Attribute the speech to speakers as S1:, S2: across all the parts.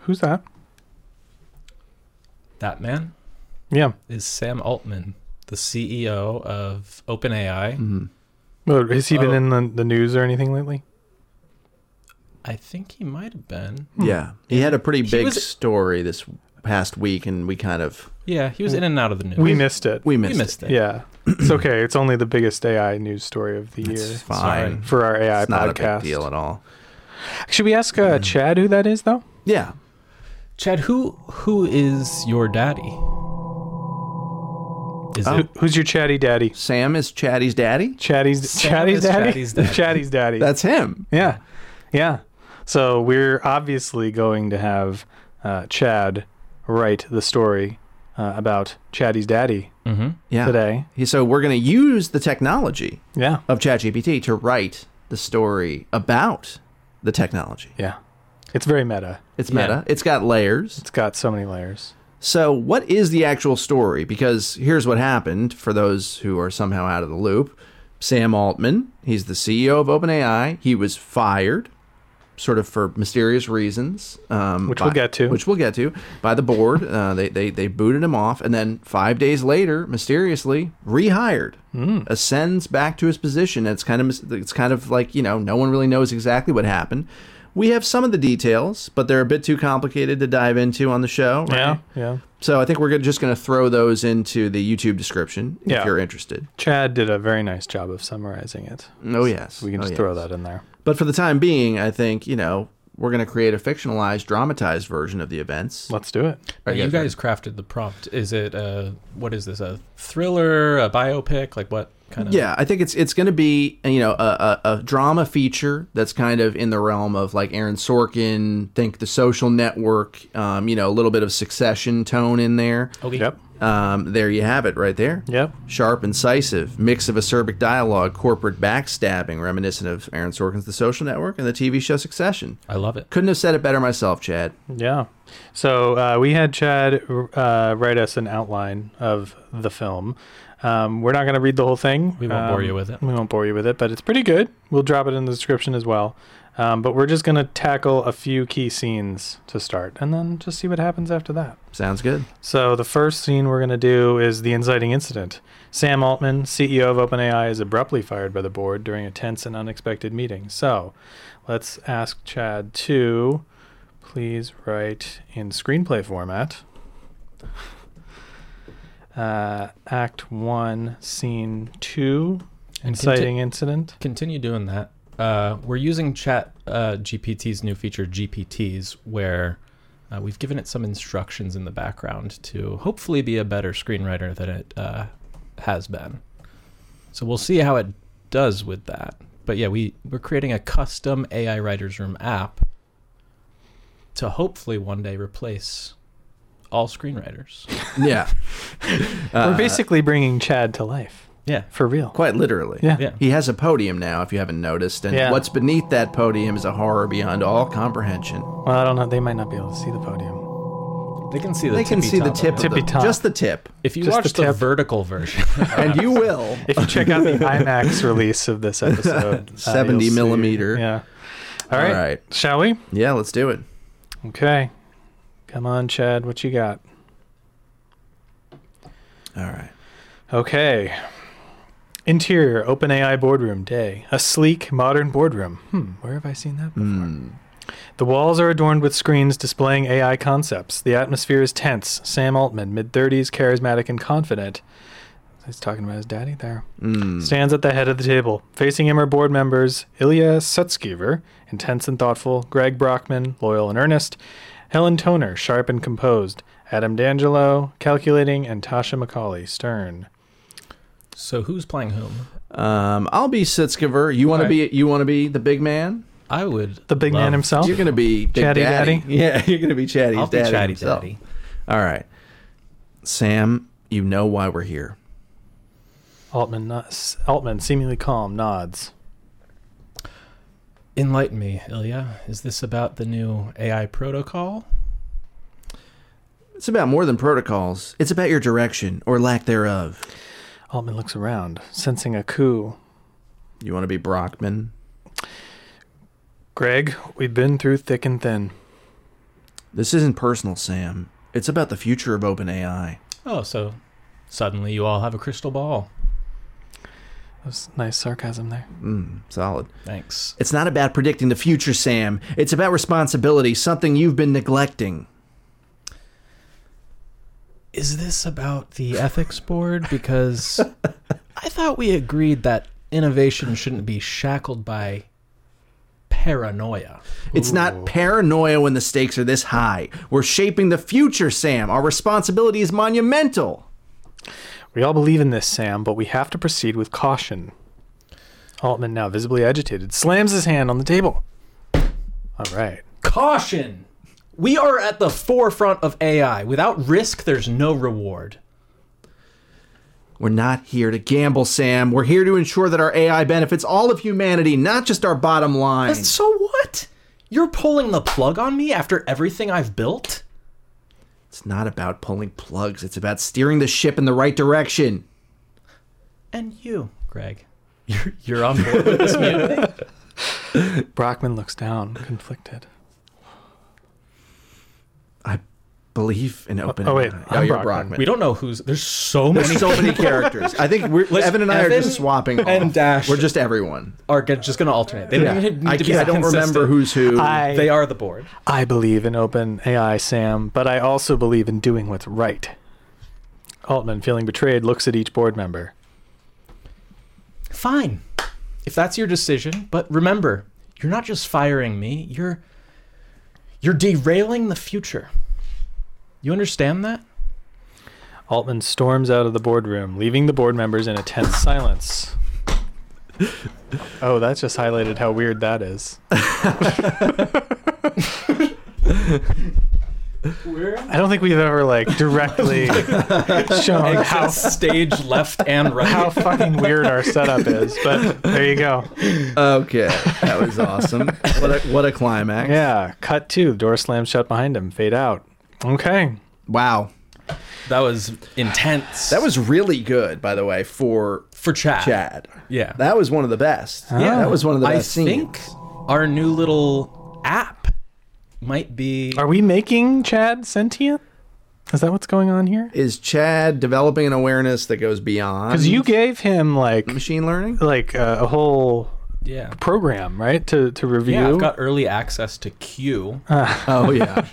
S1: Who's that?
S2: That man
S1: Yeah.
S2: is Sam Altman, the CEO of OpenAI.
S1: Mm-hmm. Well, has he been
S2: Oh.
S1: in the, the news or anything lately?
S2: I think he might have been.
S3: Yeah. He had a pretty big
S2: was-
S3: story this past week, and we kind of
S2: Yeah, he was in and out of the news.
S1: We missed it.
S3: we
S2: We
S3: missed, it.
S2: missed it.
S1: yeah. it's okay. It's only the biggest AI news story of the
S3: It's
S1: year
S3: fine.
S2: Sorry.
S1: for our AI
S3: It's not a
S1: podcast.
S3: big deal at all.
S1: Should we ask uh, Chad who that is, though?
S3: Yeah.
S2: Chad, who who is your daddy? Is
S3: Oh.
S2: it
S1: Who- Who's your chatty daddy?
S3: Sam is Chatty's daddy.
S1: Chatty's
S2: Sam
S1: Chatty's
S2: is
S1: daddy.
S2: Chatty's daddy.
S1: Chatty's daddy.
S3: That's him.
S1: yeah, yeah. So we're obviously going to have uh, Chad write the story uh, about Chatty's daddy
S2: mm-hmm.
S3: Yeah.
S1: today.
S3: He- So we're going to use the technology
S1: Yeah,
S3: of ChatGPT to write the story about the technology.
S1: yeah. It's very meta.
S3: It's
S2: Yeah.
S3: meta. It's got layers.
S1: It's got so many layers.
S3: So, what is the actual story? Because here's what happened for those who are somehow out of the loop. Sam Altman, he's the CEO of OpenAI. He was fired, sort of for mysterious reasons, um,
S1: Which we'll
S3: by-
S1: get to.
S3: Which we'll get to by the board. Uh, they, they they booted him off, and then five days later, mysteriously rehired,
S1: Hmm.
S3: ascends back to his position. It's kind of mis- it's kind of like you know no one really knows exactly what happened. We have some of the details, but they're a bit too complicated to dive into on the show. Right?
S1: Yeah, yeah.
S3: So I think we're gonna- just going to throw those into the YouTube description if
S1: Yeah.
S3: you're interested.
S1: Chad did a very nice job of summarizing it.
S3: Oh yes,
S1: We can
S3: Oh,
S1: just
S3: yes.
S1: throw that in there.
S3: But for the time being, I think you know we're going to create a fictionalized, dramatized version of the events.
S1: Let's do it.
S2: Now,
S3: Are you
S2: you guys
S3: guys
S2: crafted the prompt? Is it a what is this? A thriller? A biopic? Like what
S1: uh,
S2: kind of?
S3: Yeah, I think it's it's going to be you know a, a, a drama feature that's kind of in the realm of like Aaron Sorkin, think The Social Network, um, you know a little bit of Succession tone in there.
S2: Okay.
S1: Yep.
S3: Um, there you have it, right there.
S1: Yep.
S3: Sharp, incisive, mix of acerbic dialogue, corporate backstabbing, reminiscent of Aaron Sorkin's The Social Network and the TV show Succession.
S2: I love it.
S3: Couldn't have said it better myself, Chad.
S1: Yeah. So uh, we had Chad uh, write us an outline of the film. Um, we're not going to read the whole thing.
S2: We won't bore
S1: Um,
S2: you with it.
S1: We won't bore you with it, but it's pretty good. We'll drop it in the description as well. Um, but we're just going to tackle a few key scenes to start and then just see what happens after that.
S3: Sounds good.
S1: So the first scene we're going to do is the inciting incident. Sam Altman, CEO of OpenAI, is abruptly fired by the board during a tense and unexpected meeting. So let's ask Chad to please write in screenplay format. Uh, act one, scene two,
S2: And
S1: inciting incident.
S2: Continue doing that. Uh, we're using Chat uh, GPT's new feature, GPTs, where uh, we've given it some instructions in the background to hopefully be a better screenwriter than it uh, has been. So we'll see how it does with that. But yeah, we, we're creating a custom AI Writers Room app to hopefully one day replace all screenwriters.
S3: Yeah,
S2: Uh,
S1: We're basically bringing Chad to life
S2: Yeah.
S1: for real.
S3: quite literally.
S1: Yeah.
S2: Yeah.
S3: He has a podium now, if you haven't noticed, and
S1: Yeah.
S3: what's beneath that podium is a horror beyond all comprehension.
S1: Well, I don't know. They might not be able to see the podium.
S2: They can see the
S3: they can
S2: tippy
S3: see the
S2: top of
S3: tip,
S2: it.
S3: of
S1: Tippy
S3: the-
S1: top.
S3: just the tip,
S2: If you
S1: just
S2: watch
S1: the
S2: the
S1: tip.
S2: vertical version,
S3: and you will.
S1: If you check out the IMAX release of this episode, uh,
S3: 70
S1: you'll see-
S3: millimeter.
S1: Yeah. All right.
S3: All right.
S1: Shall we?
S3: Yeah, let's do it.
S1: Okay. Come on, Chad. What you got?
S3: All right.
S1: Okay. Interior OpenAI boardroom day. A sleek, modern boardroom. Hmm, where have I seen that before? The walls are adorned with screens displaying AI concepts. The atmosphere is tense. Sam Altman, mid 30s, charismatic and confident. He's talking about his daddy there.
S3: Hmm.
S1: Stands at the head of the table. Facing him are board members Ilya Sutskever, intense and thoughtful, Greg Brockman, loyal and earnest, Helen Toner, sharp and composed, Adam D'Angelo, calculating, and Tasha McCauley, stern.
S2: so who's playing whom?
S3: Um, I'll be Sitzkever. You want
S2: All
S3: to be you want to be the big man.
S2: I would
S1: The big man
S2: love-
S1: himself?
S3: You're gonna be Big
S1: Oh. Chatty Daddy?
S3: Yeah, you're gonna be Chatty's
S2: I'll be
S3: daddy.
S2: Chatty
S3: himself.
S2: Daddy.
S3: All right, Sam. You know why we're here.
S1: Altman, no- s- Altman, seemingly calm, nods.
S2: Enlighten me, Ilya. Is this about the new AI protocol?
S3: It's about more than protocols. It's about your direction or lack thereof.
S1: Altman looks around, sensing a coup.
S3: You want to be Brockman.
S1: Greg, we've been through thick and thin.
S3: This isn't personal, Sam. It's about the future of OpenAI.
S2: Oh, so suddenly you all have a crystal ball.
S1: That was nice sarcasm there.
S3: Mm, solid.
S2: Thanks.
S3: It's not about predicting the future, Sam. It's about responsibility, something you've been neglecting.
S2: Is this about the ethics board? Because I thought we agreed that innovation shouldn't be shackled by paranoia.
S3: It's
S1: Ooh.
S3: not paranoia when the stakes are this high. We're shaping the future, Sam. Our responsibility is monumental.
S1: We all believe in this, Sam, but we have to proceed with caution. Altman, now visibly agitated, slams his hand on the table. All right.
S2: Caution! We are at the forefront of AI. Without risk, there's no reward.
S3: We're not here to gamble, Sam. We're here to ensure that our AI benefits all of humanity, not just our bottom line.
S2: So what? You're pulling the plug on me after everything I've built?
S3: It's not about pulling plugs, it's about steering the ship in the right direction.
S2: And you, Greg. You're, you're on board with this mutiny?
S1: Brockman looks down, conflicted.
S3: I believe in open.
S1: oh, wait,
S3: Oh,
S1: I'm
S3: you're
S1: Brockman.
S3: Brockman.
S2: We don't know who's. There's so many.
S3: There's so many characters. I think we're,
S2: Let's-
S3: Evan and I are
S2: Evan
S3: just swapping.
S2: and
S3: off.
S2: Dash.
S3: We're just everyone.
S2: Are g- just going to alternate. They don't
S3: Yeah.
S2: even need
S3: I,
S2: to be
S3: can't- I don't
S2: consistent.
S3: remember who's who.
S1: I,
S2: They are the board.
S1: I believe in open AI, Sam, but I also believe in doing what's right. Altman, feeling betrayed, looks at each board member.
S2: Fine. If that's your decision, but remember, you're not just firing me. You're you're derailing the future. You understand that?
S1: Altman storms out of the boardroom, leaving the board members in a tense silence. Oh, that just highlighted how weird that is. I don't think we've ever like directly shown
S2: How
S1: how
S2: stage left and right.
S1: how fucking weird our setup is, but there you go.
S3: Okay, that was awesome. what a what a climax!
S1: Yeah, cut two. The door slams shut behind him. Fade out. Okay.
S3: Wow,
S2: that was intense.
S3: that was really good. By the way, for
S2: for chat.
S3: Chad,
S2: Yeah.
S3: that was one of the best.
S1: Yeah.
S3: that was one of the
S2: Oh, I
S3: best scenes.
S2: think our new little app might be
S1: Are we making Chad sentient? Is that what's going on here?
S3: Is Chad developing an awareness that goes beyond?
S1: Because you gave him like
S3: machine learning.
S1: like uh, a whole
S2: yeah.
S1: program, right? To to review.
S2: Yeah, I've got early access to Q,
S1: Uh.
S3: Oh yeah,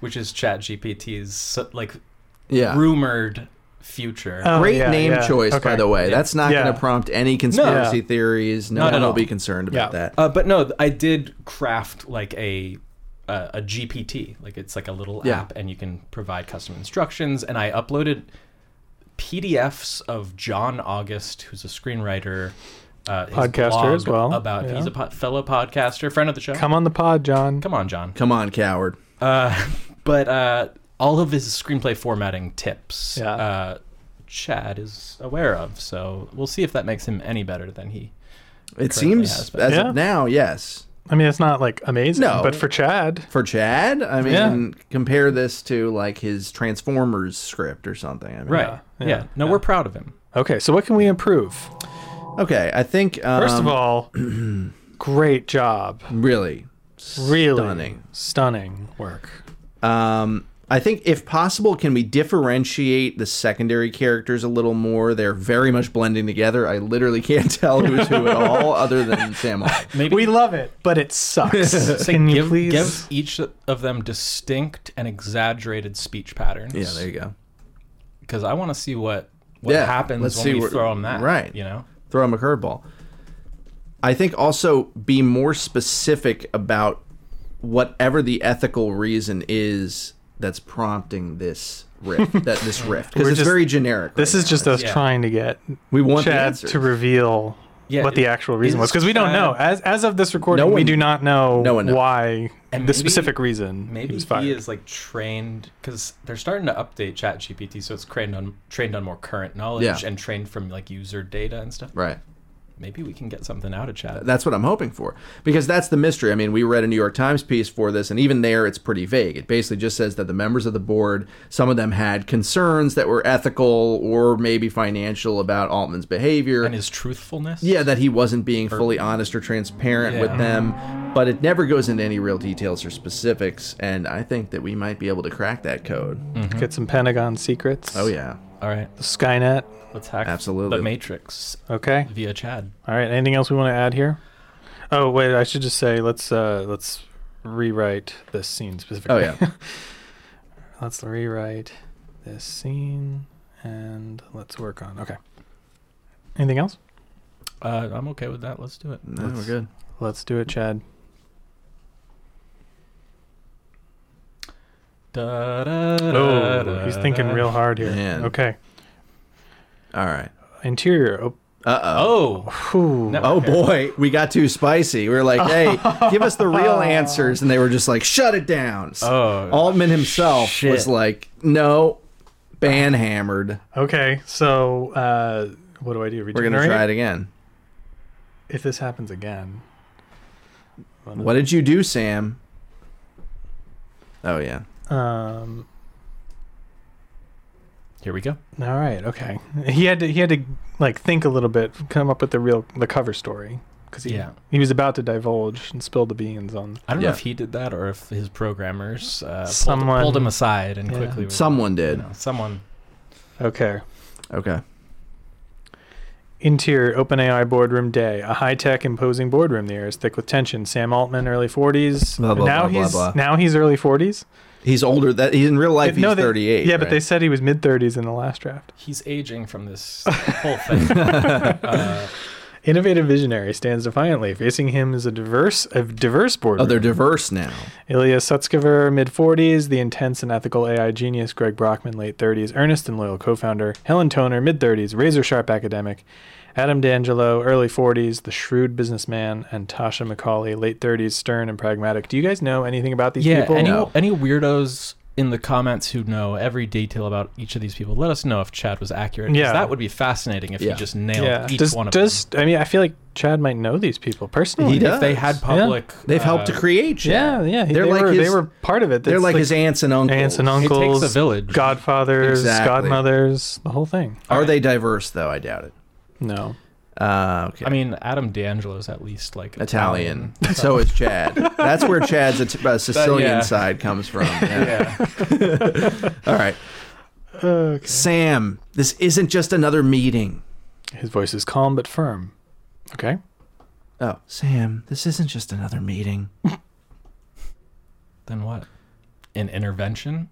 S2: which is ChatGPT's like
S3: yeah.
S2: rumored future.
S1: Oh,
S3: Great
S1: yeah,
S3: name
S1: yeah.
S3: choice, by
S1: Okay.
S3: the way. That's not
S1: Yeah.
S3: going to prompt any conspiracy theories. No
S2: Not
S3: one
S2: at
S3: will
S2: all.
S3: be concerned about
S1: Yeah.
S3: that.
S2: Uh, but no, I did craft like a uh, a GPT, like it's like a little
S3: Yeah.
S2: app, and you can provide custom instructions. And I uploaded PDFs of John August, who's a screenwriter, uh, his
S1: Podcaster
S2: blog
S1: as well,
S2: About
S1: yeah.
S2: he's a po- fellow podcaster, friend of the show.
S1: Come on the pod, John.
S2: Come on, John.
S3: Come on, coward.
S2: Uh, but uh, all of his screenplay formatting tips,
S1: Yeah.
S2: uh, Chad is aware of. So we'll see if that makes him any better than he.
S3: It
S2: currently
S3: seems
S2: has been.
S3: as
S1: Yeah.
S3: of now, yes.
S1: I mean, it's not like amazing,
S3: No.
S1: but for Chad,
S3: For Chad, I mean,
S1: Yeah.
S3: compare this to like his Transformers script or something. I mean,
S2: Right.
S1: Yeah,
S2: Yeah.
S1: yeah,
S2: No, we're proud of him.
S1: okay. So what can we improve?
S3: Okay, I think um,
S1: First of all, great job.
S3: really,
S1: Really
S3: stunning.
S1: stunning work.
S3: Um, I think if possible, can we differentiate the secondary characters a little more? They're very much blending together. I literally can't tell who's who at all, other than Sam. Altman.
S2: Maybe
S1: We love it, but it sucks.
S2: Say,
S1: Can you
S2: give,
S1: please?
S2: give each of them distinct and exaggerated speech patterns.
S3: Yeah, there you go.
S2: Because I want to see what what
S3: Yeah,
S2: happens
S3: let's
S2: when
S3: see
S2: we
S3: what-
S2: throw them that.
S3: right.
S2: You know.
S3: throw him a curveball. I think also be more specific about whatever the ethical reason is that's prompting this rift. that this rift because
S1: We're
S3: it's
S1: just-
S3: very generic.
S1: This
S3: right
S1: is
S3: now.
S1: just us
S2: Yeah.
S1: trying to get
S3: we want the
S1: Chad
S3: answers.
S1: to reveal
S2: Yeah,
S1: what the
S2: it-
S1: actual reason was
S2: is
S1: because we don't
S2: Chad-
S1: know. As as of this recording,
S3: No
S1: we
S3: one-
S1: do not know
S3: no one knows.
S1: why
S2: And
S1: the
S2: maybe-
S1: specific reason he
S2: Maybe
S1: was fired.
S2: he is like trained because they're starting to update ChatGPT, so it's trained on trained on more current knowledge
S3: Yeah.
S2: and trained from like user data and stuff.
S3: right.
S2: maybe we can get something out of chat.
S3: That's what I'm hoping for because that's the mystery. I mean, we read a New York Times piece for this, and even there, it's pretty vague. It basically just says that the members of the board, some of them had concerns that were ethical or maybe financial about Altman's behavior.
S2: and his truthfulness.
S3: yeah, that he wasn't being fully honest or transparent with
S2: Yeah.
S3: them, but it never goes into any real details or specifics. And I think that we might be able to crack that code.
S1: Get some Pentagon secrets.
S3: Oh yeah,
S2: Mm-hmm. All right,
S1: Skynet.
S2: let's hack
S3: Absolutely.
S2: the Matrix
S1: Okay.
S2: via Chad.
S1: All right. Anything else we want to add here? Oh wait, I should just say let's uh let's rewrite this scene specifically.
S3: oh yeah.
S1: let's rewrite this scene and let's work on. Okay. Anything else?
S2: Uh, I'm okay with that. Let's do
S1: Oh,
S2: it.
S3: No, we're good.
S1: Let's do it, Chad.
S2: Da, da, da,
S1: Oh,
S2: da,
S1: he's thinking
S2: da.
S1: real hard here.
S3: Man.
S1: Okay.
S3: All right.
S1: Interior. Oh,
S3: Uh oh.
S2: Oh,
S1: phew.
S2: No.
S3: Oh boy, we got too spicy. We were like, "Hey, give us the real answers," and they were just like, "Shut it down." S-
S2: Oh,
S3: Altman himself
S2: shit.
S3: was like, "No, ban hammered.
S1: Okay. So, uh, what do I do?
S3: We're gonna
S1: Regenerate?
S3: try it again."
S1: If this happens again.
S3: What did you do, Sam? Oh yeah,
S1: Um.
S2: here we go.
S1: All right. Okay. He had to. He had to like think a little bit, come up with the real the cover story because he
S2: Yeah.
S1: he was about to divulge and spill the beans on.
S2: I don't
S3: Yeah.
S2: know if he did that or if his programmers uh, pulled-
S1: Someone-
S2: pulled, him aside and
S1: Yeah.
S2: quickly were-
S3: someone
S2: you
S3: did.
S2: know, someone.
S1: Okay.
S3: Okay.
S1: Interior OpenAI boardroom day. A high tech imposing boardroom. The air is thick with tension. Sam Altman, early forties.
S3: Blah, blah,
S1: now
S3: blah, blah,
S1: he's
S3: blah.
S1: now he's early forties.
S3: He's older. That he's in real life. He's
S1: they,
S3: thirty-eight.
S1: Yeah, but
S3: right?
S1: they said he was mid thirties in the last draft.
S2: He's aging from this whole thing. uh,
S1: Innovative visionary stands defiantly. Facing him is a diverse a diverse boardroom.
S3: oh, they're diverse now.
S1: Ilya Sutskever, mid 40s, the intense and ethical AI genius Greg Brockman, late 30s, earnest and loyal co founder, Helen Toner, mid 30s, razor sharp academic, Adam D'Angelo, early 40s, the shrewd businessman, and Tasha McCauley, late 30s, stern and pragmatic. Do you guys know anything about these
S2: yeah,
S1: people?
S2: any
S3: No.
S2: any weirdos in the comments who know every detail about each of these people, let us know if Chad was accurate. 'cause
S1: Yeah.
S2: that would be fascinating if
S3: Yeah.
S2: he just nailed
S1: Yeah.
S2: each
S1: Does,
S2: one of
S1: does, I mean, I feel like Chad might know these people personally.
S3: He
S2: them.
S3: does.
S2: If they had public,
S3: They've helped to
S2: uh,
S3: create. shit.
S1: Yeah, yeah. he-
S3: They're
S1: they,
S3: like
S1: were, they
S3: his-
S1: were part of it.
S3: They're
S1: It's
S3: like, his aunts and uncles.
S1: aunts and
S2: It
S1: uncles,
S2: takes a village.
S1: godfathers,
S3: Exactly.
S1: godmothers, the whole thing.
S3: Are they diverse though? I doubt it.
S1: No.
S3: Uh, okay.
S2: I mean, Adam D'Angelo's at least like
S3: Italian. so is Chad. That's where Chad's it- uh, Sicilian
S2: yeah.
S3: side comes from. Yeah.
S2: Yeah.
S3: All right. Uh,
S1: Okay.
S3: Sam, this isn't just another meeting.
S1: His voice is calm but firm. Okay.
S3: Oh, Sam, this isn't just another meeting.
S2: then what? An intervention?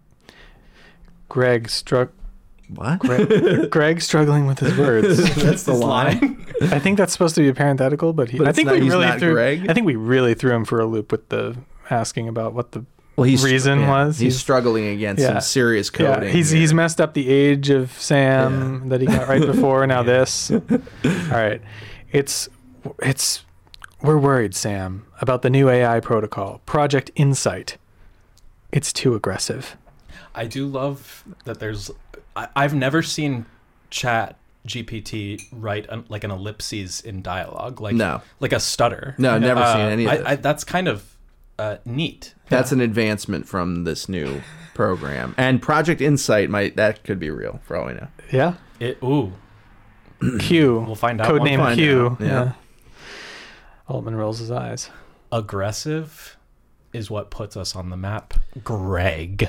S1: Greg struck.
S3: What?
S1: Greg, Greg struggling with his words.
S3: That's the
S1: I think that's supposed to be a parenthetical, but he.
S3: But
S1: I
S3: it's
S1: think
S3: not-
S1: we
S3: he's
S1: really
S3: not
S1: threw.
S3: Greg?
S1: I think we really threw him for a loop with the asking about what the.
S3: Well, he's
S1: Reason
S3: yeah,
S1: was
S3: he's,
S1: he's-
S3: struggling against
S1: Yeah.
S3: some serious coding.
S1: yeah, he's
S3: here.
S1: he's messed up the age of Sam that he got right before. Now this. All right, it's it's we're worried, Sam, about the new AI protocol, Project Insight. It's too aggressive.
S2: I do love that there's. I, I've never seen Chat GPT write an, like an ellipses in dialogue, like
S3: No.
S2: like a stutter.
S3: No, never
S2: Uh,
S3: seen any of
S2: I,
S3: this.
S2: I, that's kind of uh, neat.
S3: That's an advancement from this new program. And Project Insight might that could be real for all we know.
S1: Yeah.
S2: It, ooh,
S1: Q.
S2: we'll find out.
S1: Code
S2: one-
S1: name
S3: find
S1: Q.
S3: out, yeah.
S1: Altman rolls his eyes.
S2: Aggressive is what puts us on the map. Greg.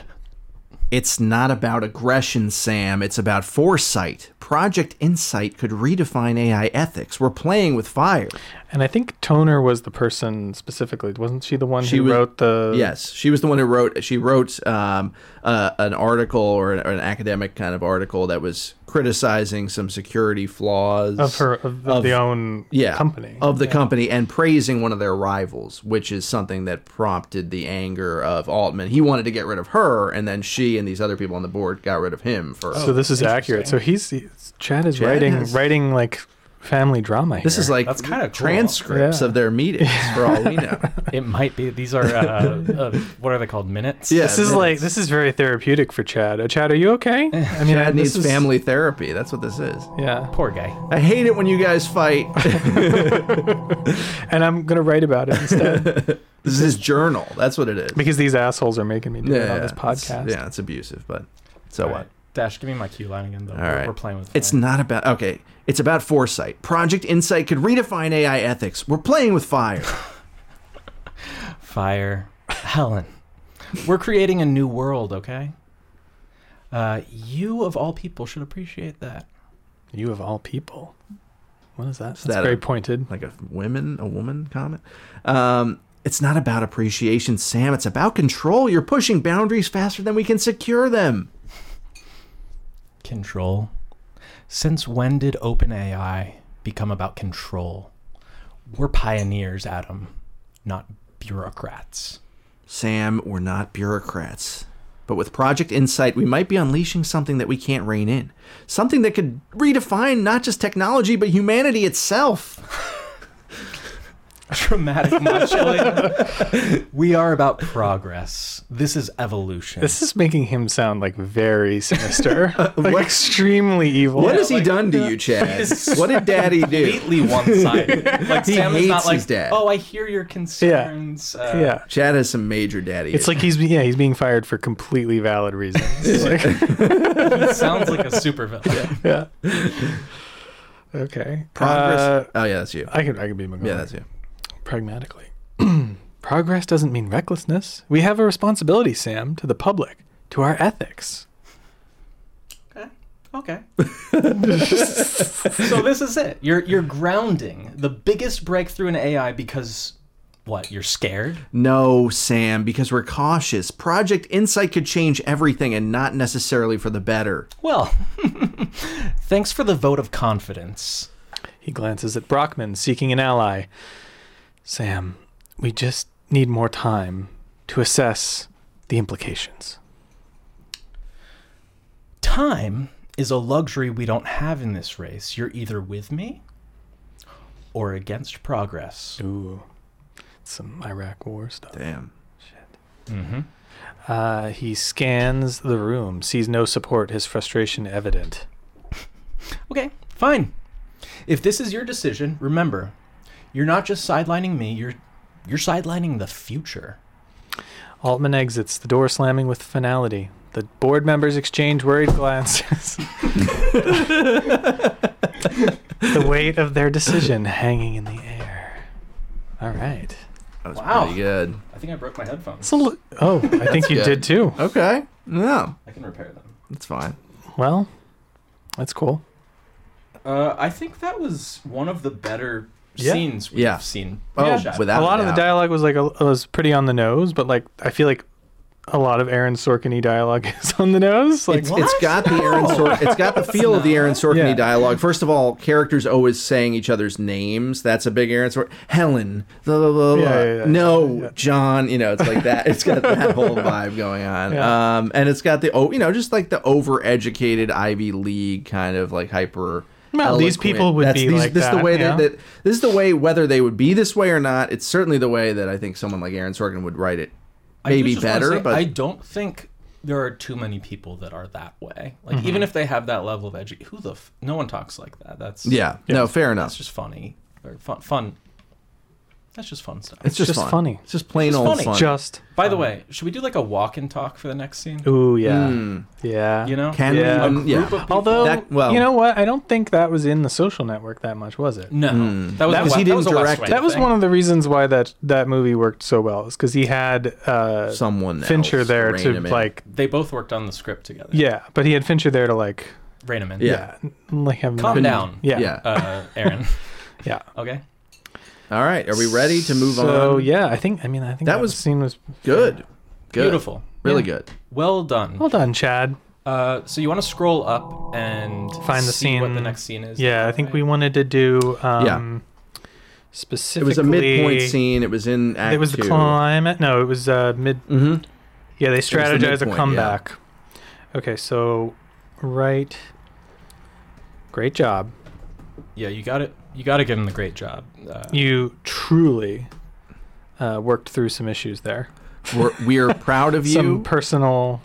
S3: It's not about aggression, Sam. It's about foresight. Project Insight could redefine AI ethics. We're playing with fire.
S1: And I think Toner was the person specifically. Wasn't she the one
S3: She
S1: who
S3: was-
S1: wrote the?
S3: Yes, she was the one who wrote. She wrote um, uh, an article or an, or an academic kind of article that was criticizing some security flaws
S1: Of her of, of,
S3: Of-
S1: the own
S3: yeah,
S1: company.
S3: of the company and praising one of their rivals, which is something that prompted the anger of Altman. He wanted to get rid of her, and then she and these other people on
S1: Oh,
S3: the board got rid of him for.
S1: so this is accurate. So he's, he's- Chad is
S3: Chad
S1: writing
S3: has-
S1: writing like family drama. Here.
S3: This is like
S2: That's kinda cool.
S3: transcripts
S1: Yeah.
S3: of their meetings for all we know.
S2: It might be. These are uh, uh, what are they called? Minutes.
S3: Yeah.
S1: this is like this is very therapeutic for Chad. Uh, Chad, are you okay? I mean,
S3: Eh, Chad
S1: this
S3: needs
S1: is-
S3: family therapy. That's what this is.
S1: Yeah,
S2: Poor guy.
S3: I hate it when you guys fight.
S1: and I'm gonna write about it instead
S3: this is his journal. That's what it is.
S1: because these assholes are making me do it on this
S3: it's-
S1: podcast.
S3: yeah, it's abusive, but so
S2: All
S3: what?
S2: right. Dash, give me my cue line again. Though.
S3: All
S2: We're-
S3: right.
S2: We're playing with.
S3: It's
S2: fire.
S3: not about okay. It's about foresight. Project Insight could redefine AI ethics. We're playing with fire.
S2: fire, Helen. We're creating a new world. Okay. Uh, you of all people should appreciate that.
S1: You of all people. What is that? That's
S3: that
S1: very
S3: a-
S1: pointed.
S3: like a women, a woman comment. Um, it's not about appreciation, Sam. It's about control. You're pushing boundaries faster than we can secure them.
S2: Control. Since when did OpenAI become about control? We're pioneers, Adam, not bureaucrats.
S3: Sam, we're not bureaucrats. But with Project Insight, we might be unleashing something that we can't rein in. Something that could redefine not just technology, but humanity itself.
S2: Dramatic macho. we are about progress. This is evolution.
S1: This is making him sound like very sinister, like
S3: what-
S1: extremely evil.
S3: What has he done
S1: uh,
S3: to you, Chad? what did daddy do?
S2: completely one-sided. Like
S3: He
S2: Sam is not
S3: hates
S2: like,
S3: his dad.
S2: oh, I hear your concerns. Yeah. Uh,
S1: Yeah,
S3: Chad has some major daddy.
S1: it's like he's yeah he's being fired for completely valid reasons. Like,
S2: uh, He sounds like a supervillain.
S1: yeah. Okay.
S3: progress.
S1: Uh,
S3: oh yeah, that's you.
S1: I can I can be McGonagall.
S3: Yeah, that's you.
S1: pragmatically. Progress doesn't mean recklessness. We have a responsibility, Sam, to the public, to our ethics.
S2: Okay. so this is it. You're you're grounding the biggest breakthrough in AI because what? You're scared?
S3: No, Sam, because we're cautious. Project Insight could change everything and not necessarily for the better.
S2: Well, thanks for the vote of confidence.
S1: He glances at Brockman, seeking an ally. Sam, we just need more time to assess the implications.
S2: Time is a luxury we don't have in this race. You're either with me or against progress.
S1: Ooh, some Iraq war stuff.
S3: Damn.
S2: Mm-hmm.
S1: Uh, he scans the room, sees no support, his frustration evident.
S2: Okay, fine. If this is your decision, remember, you're not just sidelining me, you're you're sidelining the future.
S1: Altman exits, the door slamming with finality. The board members exchange worried glances. the weight of their decision hanging in the air. All right.
S3: That was
S2: Wow.
S3: pretty good.
S2: I think I broke my headphones.
S1: So, l- oh, I think you
S3: good.
S1: did too.
S3: Okay. No,
S2: I can repair them.
S3: that's fine.
S1: Well, that's cool.
S2: Uh, I think that was one of the better
S1: Yeah.
S2: scenes we've
S3: Yeah.
S2: seen.
S3: Oh,
S2: Yeah.
S3: without
S1: a lot of the
S3: doubt.
S1: dialogue was like a, was pretty on the nose, but like I feel like a lot of Aaron Sorkin dialogue is on the nose. Like
S3: It's, it's
S2: What?
S3: got the Aaron Sor- it's got the feel of the Aaron Sorkin
S1: Yeah.
S3: dialogue. First of all, characters always saying each other's names. That's a big Aaron Sorkin. Helen, blah, blah, blah, blah.
S1: Yeah, yeah, yeah.
S3: no, John. You know, it's like that. It's got that whole vibe going on.
S1: Yeah.
S3: Um, and it's got the oh, you know, just like the overeducated Ivy League kind of like hyper.
S1: Well, these
S3: eloquent-
S1: people would be
S3: these-
S1: like
S3: this is the
S1: that,
S3: way
S1: yeah.
S3: that, that this is the way whether they would be this way or not. It's certainly the way that I think someone like Aaron Sorkin would write it.
S2: I do
S3: Maybe
S2: just wanna
S3: better,
S2: say,
S3: but
S2: I don't think there are too many people that are that way. Like
S1: Mm-hmm.
S2: even if they have that level of edgy, who the f- no one talks like that. That's
S3: yeah, no, fair enough.
S2: That's just funny or fun. Fun. That's just fun stuff.
S3: It's just,
S1: just
S3: fun.
S1: funny.
S3: It's just plain
S2: It's
S3: old
S2: funny.
S3: fun.
S1: just
S2: By the way, should we do like a walk and talk for the next scene?
S1: ooh yeah
S3: Mm.
S1: yeah
S2: You know,
S3: Can
S1: Yeah.
S3: we? um,
S2: group
S3: yeah.
S2: of people-
S1: Although,
S3: That- well-
S1: you know what? I don't think that was in the social network that much, was it?
S2: no, that was
S3: Hmm. That
S2: a
S3: was-
S2: Wes-
S3: he
S2: that was
S3: didn't
S2: a Wes
S3: direct
S2: Wing
S3: it.
S1: That was
S2: thing.
S1: one of the reasons why that that movie worked so well, is because he had uh,
S3: Someone
S1: Fincher
S3: else
S1: there
S3: rein
S1: to
S3: him in.
S1: like,
S2: They both worked on the script together.
S1: yeah, but he had Fincher there to like,
S2: Rain 'em in.
S3: Yeah.
S1: yeah, like have
S2: Calm
S1: none-
S2: down.
S1: yeah, yeah,
S3: Yeah.
S2: Uh, Aaron.
S1: yeah.
S2: Okay.
S3: All right. Are we ready to move
S1: so,
S3: on?
S1: yeah, I think I mean I think that,
S3: That
S1: was
S3: was-
S1: scene was
S3: Good. Good.
S2: Beautiful.
S3: Really good.
S2: Well done.
S1: well done, Chad.
S2: Uh, so you want to scroll up and
S1: Find the
S2: see What the
S1: scene.
S2: next scene is?
S1: Yeah, I think we wanted to do um,
S3: It
S1: specifically.
S3: was a midpoint scene. It was in Act
S1: It was the
S3: two.
S1: climb. No, it was uh, mid
S3: hmm
S1: Yeah, they
S3: the
S1: strategize a
S3: midpoint, yeah.
S1: comeback. Okay, so right. Great job.
S2: yeah, you got it. You got to give him the great job. Uh,
S1: You truly uh, worked through some issues there.
S3: We're, we are proud of
S1: Some
S3: you.
S1: personal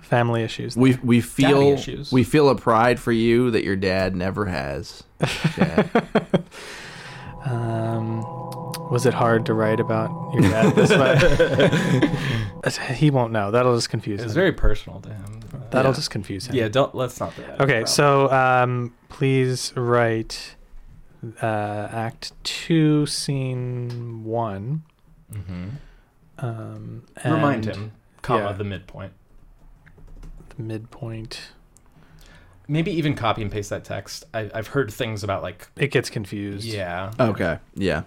S1: family issues.
S3: We we feel
S2: issues.
S3: we feel a pride for you that your dad never has. Chad.
S1: Um, was it hard to write about your dad this way? he won't know. That'll just confuse
S2: it
S1: him.
S2: was very personal to him. Uh,
S1: That'll
S3: Yeah.
S1: just confuse him.
S2: yeah, don't let's not. do that.
S1: Okay,
S2: Well,
S1: so um, please write uh, Act Two, Scene One.
S2: mhm.
S1: Um,
S2: remind
S1: and
S2: him, comma
S1: yeah.
S2: the midpoint.
S1: the midpoint.
S2: Maybe even copy and paste that text. I, I've heard things about like
S1: It gets confused.
S2: yeah.
S3: Okay. Yeah.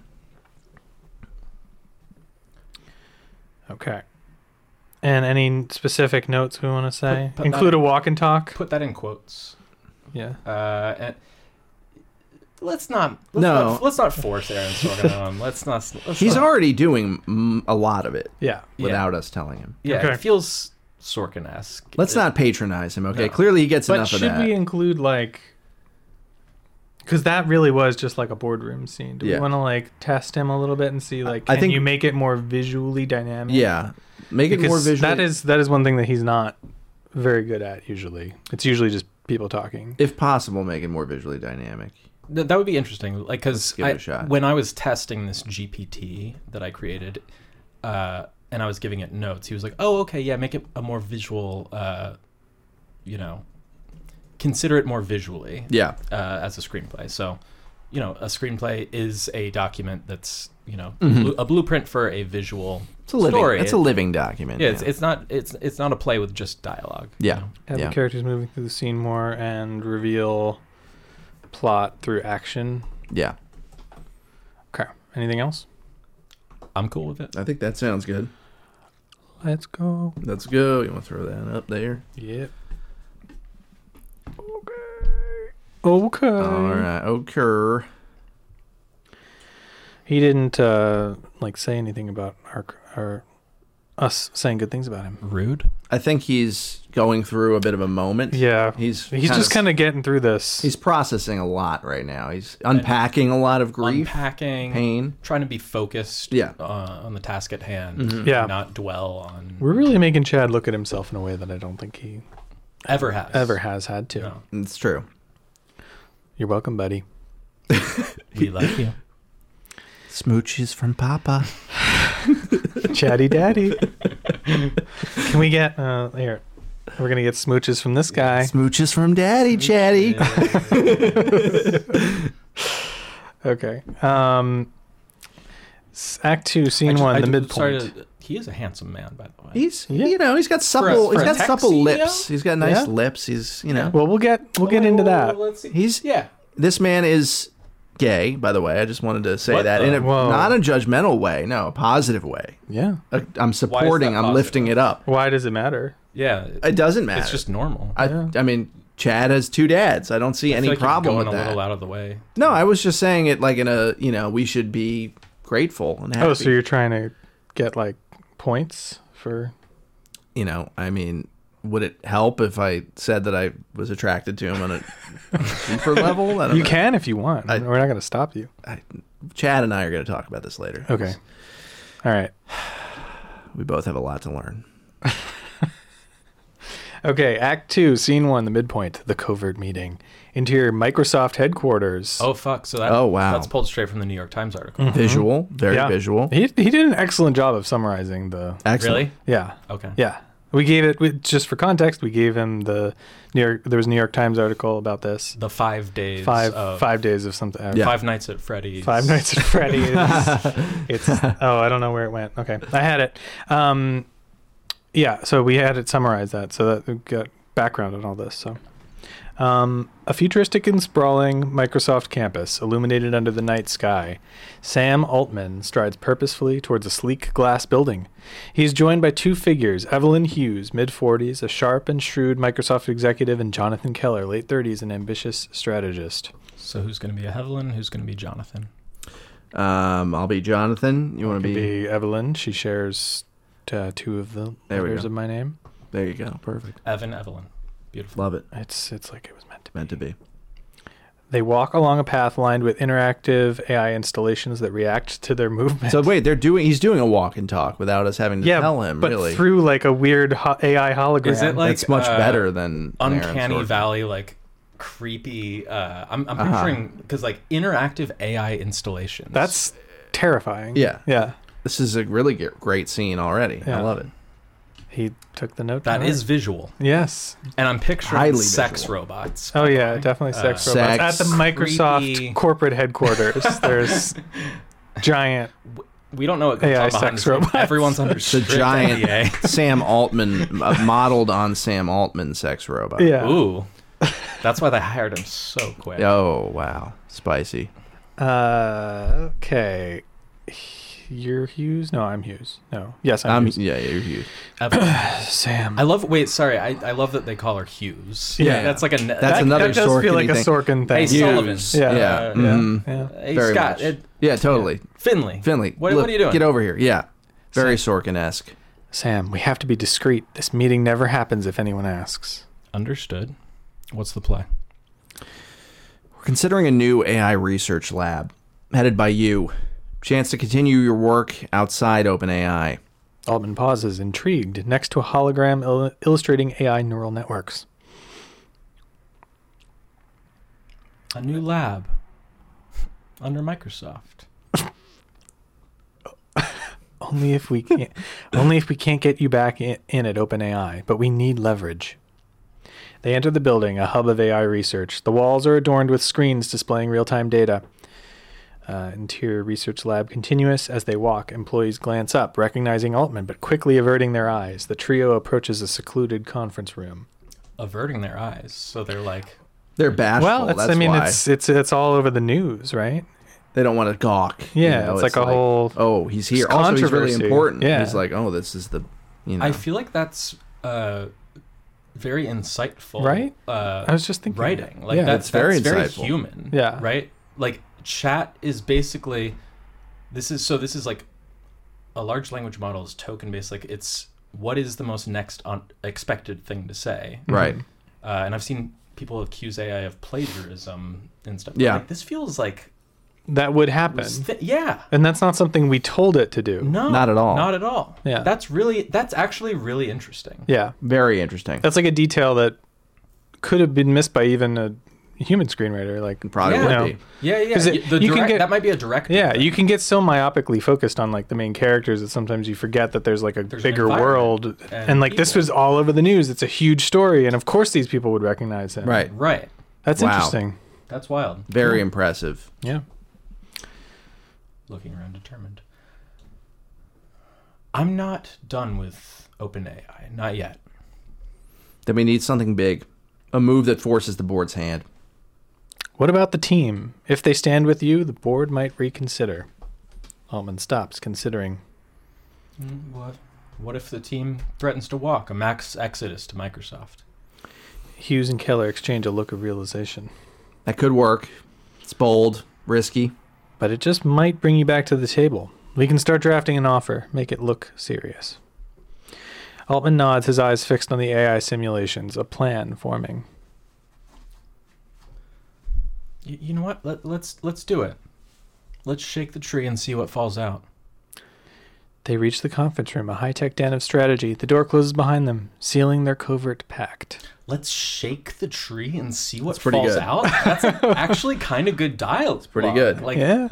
S1: Okay. And any specific notes we want to say?
S2: Put- put
S1: Include
S2: that-
S1: a walk and talk.
S2: Put that in quotes.
S1: Yeah.
S2: Uh, and let's not. Let's
S3: No.
S2: Not, let's not force Aaron Sorkin on him. Let's not. Let's
S3: He's
S2: not,
S3: already doing mm, a lot of it
S1: Yeah.
S2: Yeah.
S3: without us telling him.
S2: Yeah,
S1: Okay.
S2: it feels Sorkin-esque.
S3: Let's
S2: It-
S3: not patronize him, okay?
S2: No.
S3: Clearly he gets
S1: But
S3: enough of
S1: should
S3: that.
S1: we um, include like? Because that really was just like a boardroom scene. Do
S3: Yeah.
S1: we want to like test him a little bit and see like
S3: I
S1: can
S3: think-
S1: you make it more visually dynamic?
S3: Yeah. Make it more
S1: Because
S3: visual.
S1: That is that is one thing that he's not very good at usually. It's usually just people talking.
S3: if possible, make it more visually dynamic.
S2: Th- that would be interesting. Like, because
S3: give it a shot.
S2: when I was testing this GPT that I created, uh, and I was giving it notes, he was like, "Oh, okay, yeah, make it a more visual. Uh, you know, consider it more visually
S3: Yeah.
S2: uh, as a screenplay." So, you know, a screenplay is a document that's you know blu- a blueprint for a visual
S3: Mm-hmm. It's a living
S2: story.
S3: it's a living document.
S2: yeah, it's, it's not it's it's not a play with just dialogue. you
S3: yeah.
S2: know?
S1: Have
S3: Yeah.
S1: the characters moving through the scene more and reveal plot through action.
S3: Yeah.
S1: Okay. Anything else?
S2: I'm cool with it.
S3: I think that sounds good.
S1: Let's go.
S3: Let's go. You want to throw that up there?
S1: Yep. Okay. Okay.
S3: All right. Oh, Okay.
S1: He didn't uh like say anything about our our us saying good things about him.
S2: Rude.
S3: I think he's going through a bit of a moment.
S1: Yeah.
S3: He's
S1: He's just kind of getting through this.
S3: he's processing a lot right now. He's unpacking a lot of grief,
S2: Unpacking.
S3: pain.
S2: trying to be focused
S3: Yeah. Mm-hmm.
S2: uh, on the task at hand
S1: Yeah.
S2: not dwell on
S1: We're really making Chad look at himself in a way that I don't think he
S2: ever has
S1: ever has had to.
S2: No.
S3: It's true.
S1: You're welcome, buddy.
S2: we love you
S3: Smooches from Papa.
S1: Chatty daddy. Can we get uh here? We're gonna get smooches from this guy.
S3: Smooches from Daddy Chatty.
S1: Okay. Um s- Act two, scene one, the midpoint.
S2: uh, he is a handsome man by the way
S3: He's
S1: Yeah.
S3: you know he's got supple
S2: for a
S3: he's got supple
S2: taxi,
S3: lips. He's got nice
S1: Yeah.
S3: lips. He's you know
S1: well we'll get we'll get into that.
S2: Oh, let's see.
S3: he's
S2: yeah
S3: this man is gay. By the way, I just wanted to say
S2: What
S3: that
S2: the-
S3: in a
S1: Whoa.
S3: not a judgmental way, no, a positive way.
S1: Yeah.
S3: Uh, I'm supporting. I'm
S2: positive?
S3: lifting it up.
S1: Why does it matter?
S2: yeah it-
S3: It doesn't matter.
S2: it's just normal
S3: I,
S1: Yeah.
S3: I mean, Chad has two dads. I don't see
S2: I
S3: any
S2: feel like you're
S3: problem
S2: going
S3: with
S2: a
S3: that.
S2: little out of the way
S3: No, I was just saying it like in a you know we should be grateful and happy.
S1: Oh, so you're trying to get like points for
S3: you know, I mean, would it help if I said that I was attracted to him on a deeper level? I don't
S1: you
S3: know.
S1: can if you want.
S3: I-
S1: We're not gonna stop you.
S3: I, Chad and I are going to talk about this later.
S1: Okay. All right.
S3: We both have a lot to learn.
S1: Okay, Act Two, Scene One, the midpoint, the covert meeting, interior Microsoft headquarters. Mm-hmm.
S2: oh fuck so that
S3: Oh, wow.
S2: that's pulled straight from the new york times article
S3: Visual, very visual.
S1: He he did an excellent job of summarizing the.
S3: Excellent.
S2: really
S1: Yeah,
S2: okay
S1: yeah. We gave it we, just for context. We gave him the New York. There was a New York Times article about this.
S2: the five days
S1: Five
S2: of,
S1: five days of something. uh,
S3: Yeah.
S2: five nights at freddy's
S1: Five Nights at Freddy's. it's oh, I don't know where it went. Okay, I had it. Um, yeah, so we had it summarize that, so that we got background on all this. So, um, a futuristic and sprawling Microsoft campus, illuminated under the night sky, Sam Altman strides purposefully towards a sleek glass building. He is joined by two figures: Evelyn Hughes, mid forties, a sharp and shrewd Microsoft executive, and Jonathan Keller, late thirties, an ambitious strategist.
S2: so who's gonna be a evelyn who's gonna be jonathan
S3: Um, I'll be Jonathan. You want to
S1: could
S3: be?
S1: be Evelyn. She shares uh, two of the
S3: There we
S1: letters
S3: go.
S1: of my name.
S3: There you go. Perfect.
S2: evan evelyn beautiful
S3: Love it.
S1: It's it's like it was meant to be.
S3: Meant to be.
S1: They walk along a path lined with interactive AI installations that react to their movement.
S3: So wait, they're doing. He's doing a walk and talk without us having to
S1: yeah,
S3: tell him.
S1: but
S3: really,
S1: through like a weird ho- AI hologram.
S2: Is it like
S3: it's much
S2: uh,
S3: better than than Aaron
S2: uncanny
S3: Sorkin.
S2: valley like creepy uh i'm, I'm
S3: Uh-huh.
S2: picturing because like interactive ai installations
S1: that's terrifying.
S3: Yeah.
S1: yeah.
S3: This is a really ge- great scene already. I
S1: Yeah.
S3: love it.
S1: He took the note.
S2: that
S1: down.
S2: is visual
S1: yes.
S2: and i'm picturing
S3: Highly
S2: sex
S3: visual.
S2: robots
S1: Oh yeah, definitely sex
S3: Uh,
S1: robots
S3: sex,
S1: at the Microsoft
S2: creepy-
S1: corporate headquarters. there's giant.
S2: we don't know what goes
S1: AI
S2: on behind
S1: sex
S2: the screen.
S1: robots.
S2: everyone's under
S3: The
S2: strict
S3: giant
S2: NDA.
S3: Sam Altman, uh, modeled on Sam Altman sex robot.
S1: Yeah.
S2: ooh that's why they hired him so quick
S3: Oh wow, spicy.
S1: Uh, okay. You're Hughes? No, I'm Hughes. No. Yes, I'm,
S3: I'm,
S1: Hughes.
S3: yeah, you're huge.
S2: Ev-
S1: Sam.
S2: i love wait sorry I, I love that they call her hughes
S1: Yeah.
S2: that's like a that's
S3: That's
S1: that,
S3: another
S1: that does
S3: Sorkin-y
S1: feel like a
S3: thing.
S1: Sorkin
S2: hey
S1: thing.
S3: Hughes.
S1: Yeah.
S2: sullivan
S3: Yeah.
S2: Uh,
S3: Mhm.
S1: yeah.
S2: hey
S3: Very
S2: scott
S3: much.
S2: it,
S3: Yeah, totally.
S2: finley
S3: Finley,
S2: what,
S3: look,
S2: what are you doing
S3: Get over here. Yeah, very Sorkin esque.
S1: Sam, we have to be discreet. This meeting never happens if anyone asks.
S2: understood what's the play
S3: We're considering a new AI research lab headed by you. Chance to continue your work outside OpenAI.
S1: Altman pauses, intrigued, next to a hologram il- illustrating AI neural networks.
S2: A new lab under Microsoft.
S1: Only if we can't, only if we can't get you back in, in at OpenAI, but we need leverage. They enter the building, a hub of AI research. The walls are adorned with screens displaying real-time data. Uh, interior research lab continuous. As they walk, employees glance up, recognizing Altman, but quickly averting their eyes. The trio approaches a secluded conference room.
S2: Averting their eyes, so they're like,
S3: They're bashful.
S1: well, it's,
S3: that's
S1: I mean,
S3: why.
S1: it's it's it's all over the news, right?
S3: they don't want to gawk. you
S1: Yeah,
S3: know,
S1: it's like a whole
S3: Oh, he's here. Also, he's really
S1: controversy.
S3: important.
S1: Yeah.
S3: He's like, oh, this is the. You know,
S2: I feel like that's uh, very insightful,
S1: Right?
S2: Uh,
S1: I was just thinking that.
S2: writing, like
S1: Yeah.
S2: that's,
S3: It's very
S2: that's very
S3: insightful.
S2: human,
S1: Yeah.
S2: right? Like chat is basically this is so this is like a large language model is token based. Like it's what is the most next unexpected thing to say,
S3: right.
S1: mm-hmm.
S2: uh, and I've seen people accuse AI of plagiarism and stuff.
S3: Yeah.
S2: like, this feels like
S1: That would happen,
S2: yeah.
S1: and that's not something we told it to do.
S2: No,
S3: Not at all.
S2: Not at all.
S1: Yeah.
S2: that's really that's actually really interesting.
S1: Yeah,
S3: Very interesting.
S1: that's like a detail that could have been missed by even a human screenwriter. Like,
S3: Probably
S2: Yeah.
S3: would
S1: No.
S3: be.
S2: Yeah, yeah.
S1: 'Cause it-
S2: The
S1: you can
S2: direct-
S1: get-
S2: that might be a direct.
S1: yeah, you can get so myopically focused on like the main characters that sometimes you forget that there's like a
S2: There's an
S1: bigger
S2: environment
S1: world. And,
S2: and
S1: like this
S2: people.
S1: was all over the news. It's a huge story, and of course these people would recognize him.
S3: Right.
S2: Right.
S1: That's
S3: Wow.
S1: interesting.
S2: That's wild.
S3: Very impressive.
S1: Yeah.
S2: Looking around, determined. I'm not done with OpenAI. Not yet.
S3: Then we need something big, a move that forces the board's hand.
S1: What about the team? If they stand with you, the board might reconsider. Altman stops, considering.
S2: Mm, What? What if the team threatens to walk a max exodus to Microsoft?
S1: Hughes and Keller exchange a look of realization.
S3: That could work. It's bold, risky.
S1: But it just might bring you back to the table. We can start drafting an offer, make it look serious. Altman nods, his eyes fixed on the AI simulations, a plan forming.
S2: Y- you know what? Let, let's let's do it. Let's shake the tree and see what falls out.
S1: They reach the conference room, a high tech den of strategy. The door closes behind them, sealing their covert pact.
S2: Let's shake the tree and see what
S3: That's pretty
S2: falls
S3: good.
S2: out. That's actually kind of good dial. It's
S3: pretty good.
S2: Like
S1: Yeah.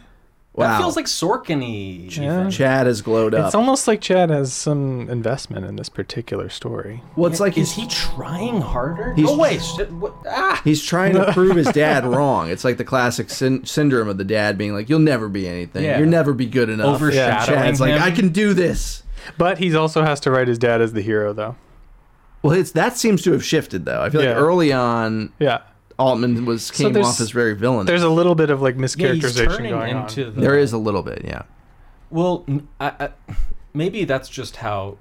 S3: Wow.
S2: That feels like Sorkin-y.
S1: Yeah.
S3: Chad has glowed up.
S2: uh,
S1: It's almost like Chad has some investment in this particular story.
S3: well, it's like
S2: Is
S3: he's
S2: he trying harder?
S3: He's-
S2: no way. Shit, what, ah.
S3: He's trying to prove his dad wrong. It's like the classic syn- syndrome of the dad being like, "You'll never be anything.
S2: Yeah.
S3: You'll never be good enough."
S2: Overshadowing
S3: Chad's Oh, like,
S2: him.
S3: "I can do this."
S1: But he also has to write his dad as the hero, though.
S3: Well, it's that seems to have shifted though. I feel
S1: Yeah.
S3: like early on,
S1: Yeah.
S3: Altman was came
S1: there's-
S3: off as very villainous.
S1: There's a little bit of like
S2: Yeah, he's
S1: mischaracterization
S2: turning
S1: going
S2: into
S1: on.
S2: the.
S3: there is a little bit, yeah.
S2: Well, n- I- I- maybe that's just how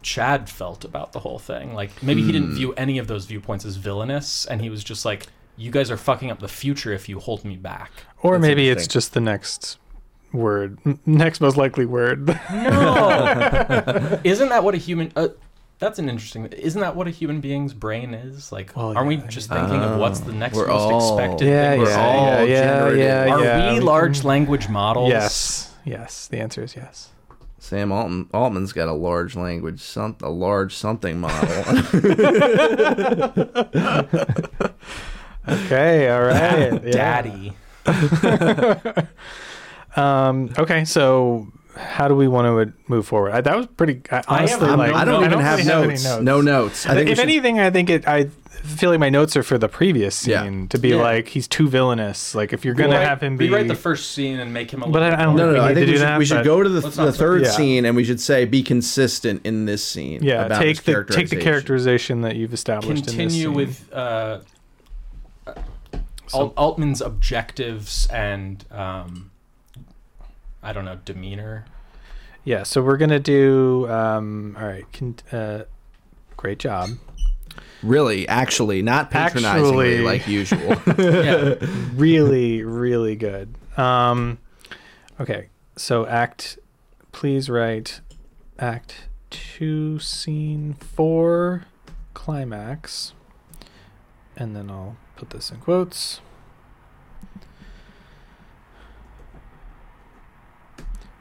S2: Chad felt about the whole thing. Like maybe he didn't view any of those viewpoints as villainous, and he was just like, "You guys are fucking up the future if you hold me back."
S1: Or
S3: That's
S1: maybe it's
S3: interesting.
S1: just the next word, n- next most likely word.
S2: No, isn't that what a human? Uh, That's an interesting. Isn't that what a human being's brain is? Like,
S1: Well,
S2: are we
S1: yeah, I
S2: just
S1: mean-
S2: thinking of what's the next
S3: we're
S2: most
S3: all-
S2: expected?
S1: Yeah,
S2: thing? We're
S1: yeah,
S2: all-
S1: yeah, yeah,
S3: generated.
S1: yeah,
S2: Are
S1: yeah.
S2: we large
S1: Mm-hmm.
S2: language models?
S1: Yes, yes. The answer is yes.
S3: Sam Altman, Altman's got a large language, some a large something model.
S1: Okay, all right, yeah.
S2: Daddy.
S1: Um, okay, so how do we want to uh, move forward? I, that was pretty. I, honestly,
S2: I'm-
S1: like,
S3: I don't
S2: No,
S3: even have,
S1: really
S3: notes.
S1: any
S3: No notes. I think
S1: if
S3: we should-
S1: anything, I think it. I feel like my notes are for the previous scene
S3: Yeah.
S1: to be
S2: Yeah.
S1: like he's too villainous. Like if you're gonna
S2: Rewrite-
S1: have him be
S2: rewrite the first scene and make him a.
S1: But
S2: little
S1: I- I don't
S3: no, no,
S1: we
S3: no.
S1: need
S3: I
S1: to
S3: think
S1: do
S3: we should,
S1: that,
S3: we should
S1: but-
S3: go to the,
S2: Let's
S3: the
S2: not-
S3: third
S1: yeah.
S3: scene and we should say be consistent in this scene.
S1: yeah,
S3: about his
S1: take the take the
S3: characterization.
S1: characterization that you've established. in this
S2: continue
S1: scene.
S2: with uh,
S1: So-
S2: Alt- Altman's objectives and um, I don't know demeanor.
S1: Yeah, so we're gonna do. Um, all right, con- uh, great job.
S3: Really, actually, not patronizingly
S1: Actually.
S3: like usual.
S2: yeah,
S1: really, really good. Um, okay, so act, please write act two, scene four, climax, and then I'll put this in quotes.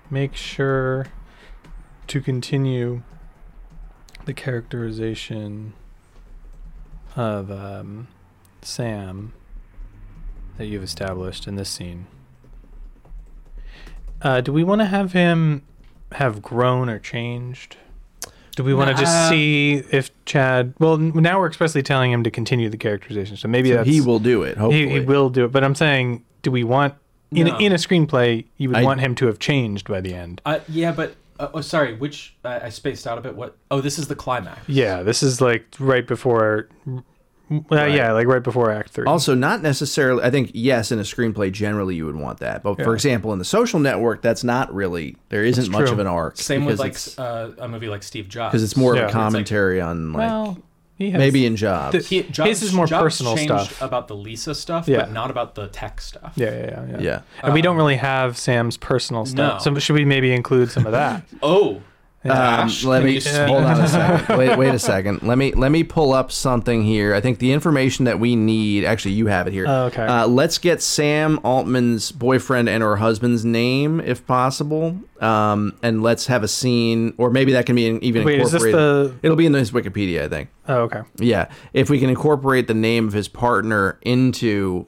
S1: Make sure to continue the characterization of um, Sam that you've established in this scene. Uh, do we want to have him have grown or changed? Do we want to just
S2: Nah.
S1: see if Chad? Well, n- now we're expressly telling him to continue the characterization, so maybe
S3: So
S1: that's
S3: he will do it. Hopefully,
S1: He, he will do it. But I'm saying, do we want in
S2: No.
S1: a, in a screenplay you would
S3: I-
S1: want him to have changed by the end?
S2: uh, yeah, but uh, oh, sorry, which I I spaced out a bit. What? Oh, this is the climax.
S1: Yeah, this is like right before. Well, yeah, like right before Act Three.
S3: Also, not necessarily. I think yes, in a screenplay, generally you would want that. But for
S1: Yeah.
S3: example, in the Social Network, that's not really there. Isn't much
S1: true.
S3: of an arc.
S2: Same with
S3: because
S2: like
S3: it's-
S2: uh, a movie like Steve Jobs.
S3: because it's more
S1: Yeah.
S3: of a
S1: It's
S2: like-
S3: commentary on like
S1: well, he has,
S3: maybe in jobs.
S1: the-
S2: He, Jobs,
S1: His is more
S2: Jobs
S1: personal
S2: changed
S1: stuff.
S2: about the Lisa stuff,
S1: Yeah.
S2: but not about the tech stuff.
S1: Yeah, yeah, yeah, yeah.
S3: yeah,
S1: And we don't really have Sam's personal stuff,
S2: No.
S1: so should we maybe include some of that?
S2: Oh,
S3: Um,
S2: Gosh,
S3: let
S2: can
S3: me
S2: you speak?
S3: hold on a second. Wait, wait a second. Let me let me pull up something here. I think the information that we need. Actually, you have it here.
S1: Oh, okay.
S3: Uh, let's get Sam Altman's boyfriend and her husband's name, if possible, um, and let's have a scene, or maybe that can be in, even
S1: Wait, is this
S3: incorporated.
S1: the?
S3: It'll be in his Wikipedia, I think.
S1: Oh, okay.
S3: Yeah, if we can incorporate the name of his partner into,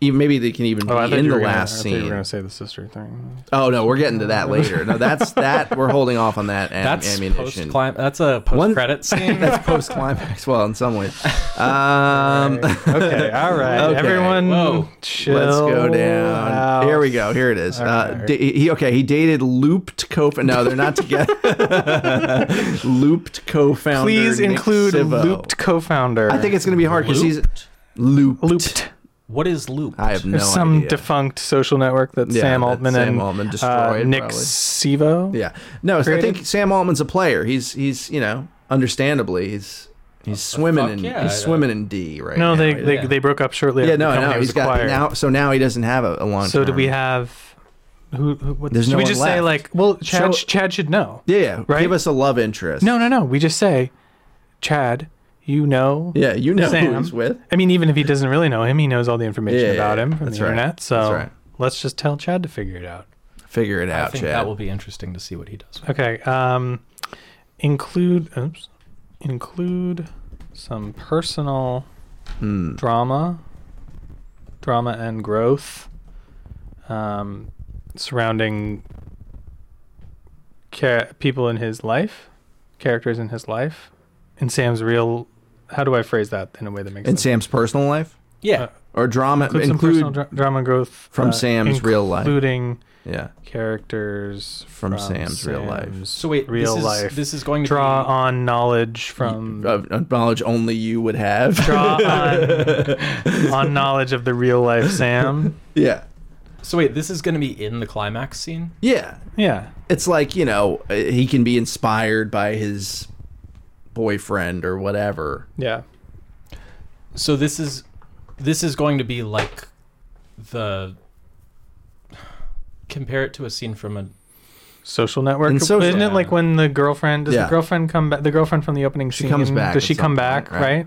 S3: even maybe they can even
S1: Oh, I
S3: be
S1: thought
S3: in
S1: you
S3: the
S1: were gonna, I
S3: last
S1: thought You were
S3: scene.
S1: gonna say the sister thing.
S3: Oh no, we're getting to that later. No, that's that. We're holding off on that. Am-
S2: that's
S3: ammunition.
S2: post clim- That's a post credit scene.
S3: That's post climax. Well, in some ways. Um,
S1: okay, okay, all right.
S3: Okay.
S1: Everyone,
S2: Whoa.
S1: chill.
S3: let's go down.
S1: out.
S3: Here we go. Here it is. Uh, da- he, okay, he dated Looped co. No, they're not together. looped co-founder.
S1: Please
S3: Nick
S1: include
S3: Sivo.
S1: looped co-founder.
S3: I think it's going to be hard because he's looped.
S1: looped.
S2: what is loop?
S3: I have no
S1: There's some
S3: idea.
S1: defunct social network that
S3: Yeah,
S1: Sam
S3: that
S1: Altman
S3: Sam
S1: and
S3: Altman
S1: uh,
S3: destroyed,
S1: Nick
S3: probably.
S1: Sivo.
S3: yeah. No, so I think
S1: Created-
S3: Sam Altman's a player. He's he's you know understandably he's he's swimming
S2: fuck
S3: in
S2: yeah, I-
S3: he's swimming in D right now.
S1: No, they,
S3: He's-
S1: they
S2: yeah.
S1: they broke up shortly.
S3: Yeah,
S1: after
S3: no,
S1: the company
S3: no,
S1: was
S3: he's got
S1: acquired.
S3: now. So now he doesn't have a, a long.
S1: So do
S3: term.
S1: we have who? who what,
S3: There's
S1: should
S3: no
S1: we
S3: one
S1: just say
S3: left.
S1: like, well, Chad,
S3: So-
S1: Chad should know.
S3: Yeah, yeah.
S1: Right?
S3: Give us a love interest.
S1: No, no, no. We just say, Chad, you know.
S3: Yeah, you know
S1: Sam.
S3: who he's with.
S1: I mean, even if he doesn't really know him, he knows all the information
S3: Yeah,
S1: about him from
S3: that's
S1: the
S3: right.
S1: internet. So
S3: That's right.
S1: let's just tell Chad to figure it out.
S3: Figure it
S2: I
S3: out,
S2: think
S3: Chad.
S2: that will be interesting to see what he does.
S1: Okay. Um, include. Oops. Include some personal
S3: Hmm.
S1: drama, drama and growth um, surrounding cha- people in his life, characters in his life, and Sam's real. How do I phrase that in a way that makes
S3: In
S1: sense?
S3: Sam's personal life
S2: Yeah,
S1: Uh,
S3: or drama
S1: include,
S3: include,
S1: some personal dra- drama growth uh,
S3: from Sam's real life.
S1: including
S3: yeah
S1: characters
S3: From Sam's real life.
S1: Sam's
S2: So wait,
S1: real
S2: this is,
S1: life.
S2: This is going to
S1: draw
S2: be,
S1: on knowledge from
S3: of, of knowledge only you would have.
S1: draw on, on knowledge of the real life Sam.
S3: yeah,
S2: So wait, this is going to be in the climax scene.
S3: yeah.
S1: Yeah.
S3: It's like you know uh, he can be inspired by his boyfriend or whatever.
S1: Yeah.
S2: So this is this is going to be like the compare it to a scene from a
S1: Social network.
S3: In Social-
S1: Isn't it like when the girlfriend does
S3: Yeah.
S1: the girlfriend come back? The girlfriend from the opening
S3: She
S1: scene
S3: comes back
S1: Does
S3: at
S1: she
S3: some
S1: come
S3: point,
S1: back?
S3: right?
S1: Right.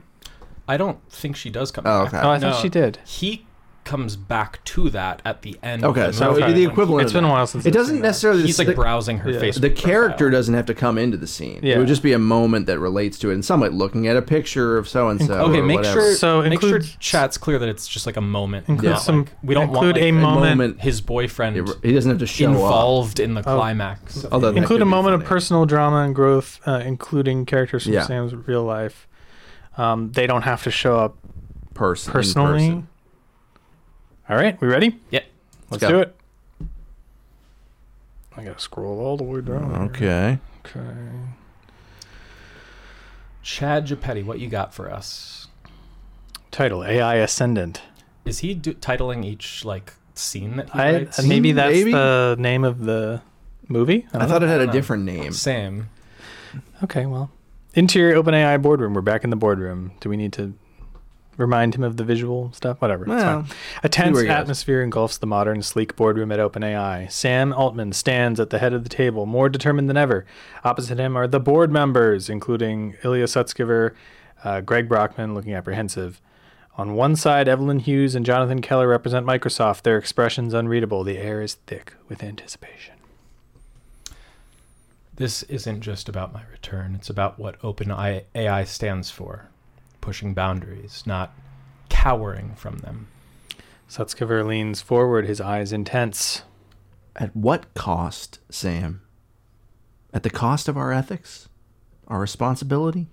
S2: I don't think she does come
S3: Oh,
S2: back.
S3: okay.
S1: Oh, I thought she did.
S2: He comes back to that at the end.
S3: Okay,
S2: of the
S3: so
S1: it would be
S2: movie.
S1: the
S3: equivalent
S1: It's been a while since
S3: It
S1: I've
S3: doesn't
S1: seen that.
S3: necessarily.
S2: He's like
S3: the,
S2: browsing her
S1: yeah.
S2: face.
S3: the character doesn't have to come into the scene. It
S1: Yeah.
S3: would just be a moment that relates to it, and somewhat looking at a picture of so and so.
S1: Include-
S2: Okay, make sure
S1: So
S2: make sure
S1: include-
S2: chat's clear that it's just like a moment.
S1: Include
S2: not
S1: some.
S2: like- we don't
S1: include
S2: want like,
S1: a moment.
S2: his boyfriend
S3: He doesn't have to show up. Oh,
S2: involved in the climax.
S3: Although that
S1: Include
S3: could
S1: a
S3: be
S1: moment of
S3: funny.
S1: personal drama and growth, uh, including characters from
S3: Yeah.
S1: Sam's real life. Um, they don't have to show up
S3: person in
S1: personally.
S3: person.
S1: All right, we ready?
S2: Yeah.
S1: Let's
S3: go.
S1: do it. I gotta scroll all the way down. here.
S3: Okay.
S1: Okay.
S2: Chad Gepetti, what you got for us?
S1: Title: AI Ascendant.
S2: Is he do- titling each like scene that he
S1: I,
S2: writes?
S1: uh, maybe
S3: Hmm,
S1: that's
S3: maybe.
S1: the name of the movie.
S3: I thought it had a
S2: know.
S3: different name.
S2: Same.
S1: Okay, well, interior OpenAI boardroom. We're back in the boardroom. Do we need to remind him of the visual stuff? Whatever. it's
S3: Well,
S1: fine. A tense
S3: where he goes.
S1: atmosphere engulfs the modern, sleek boardroom at OpenAI. Sam Altman stands at the head of the table, more determined than ever. Opposite him are the board members, including Ilya Sutskever, uh, Greg Brockman, looking apprehensive. On one side, Evelyn Hughes and Jonathan Keller represent Microsoft, their expressions unreadable. The air is thick with anticipation.
S2: This isn't just about my return. It's about what open I- AI stands for. Pushing boundaries, not cowering from them.
S1: Sutskever leans forward, his eyes intense.
S3: At what cost, Sam? At the cost of our ethics? Our responsibility?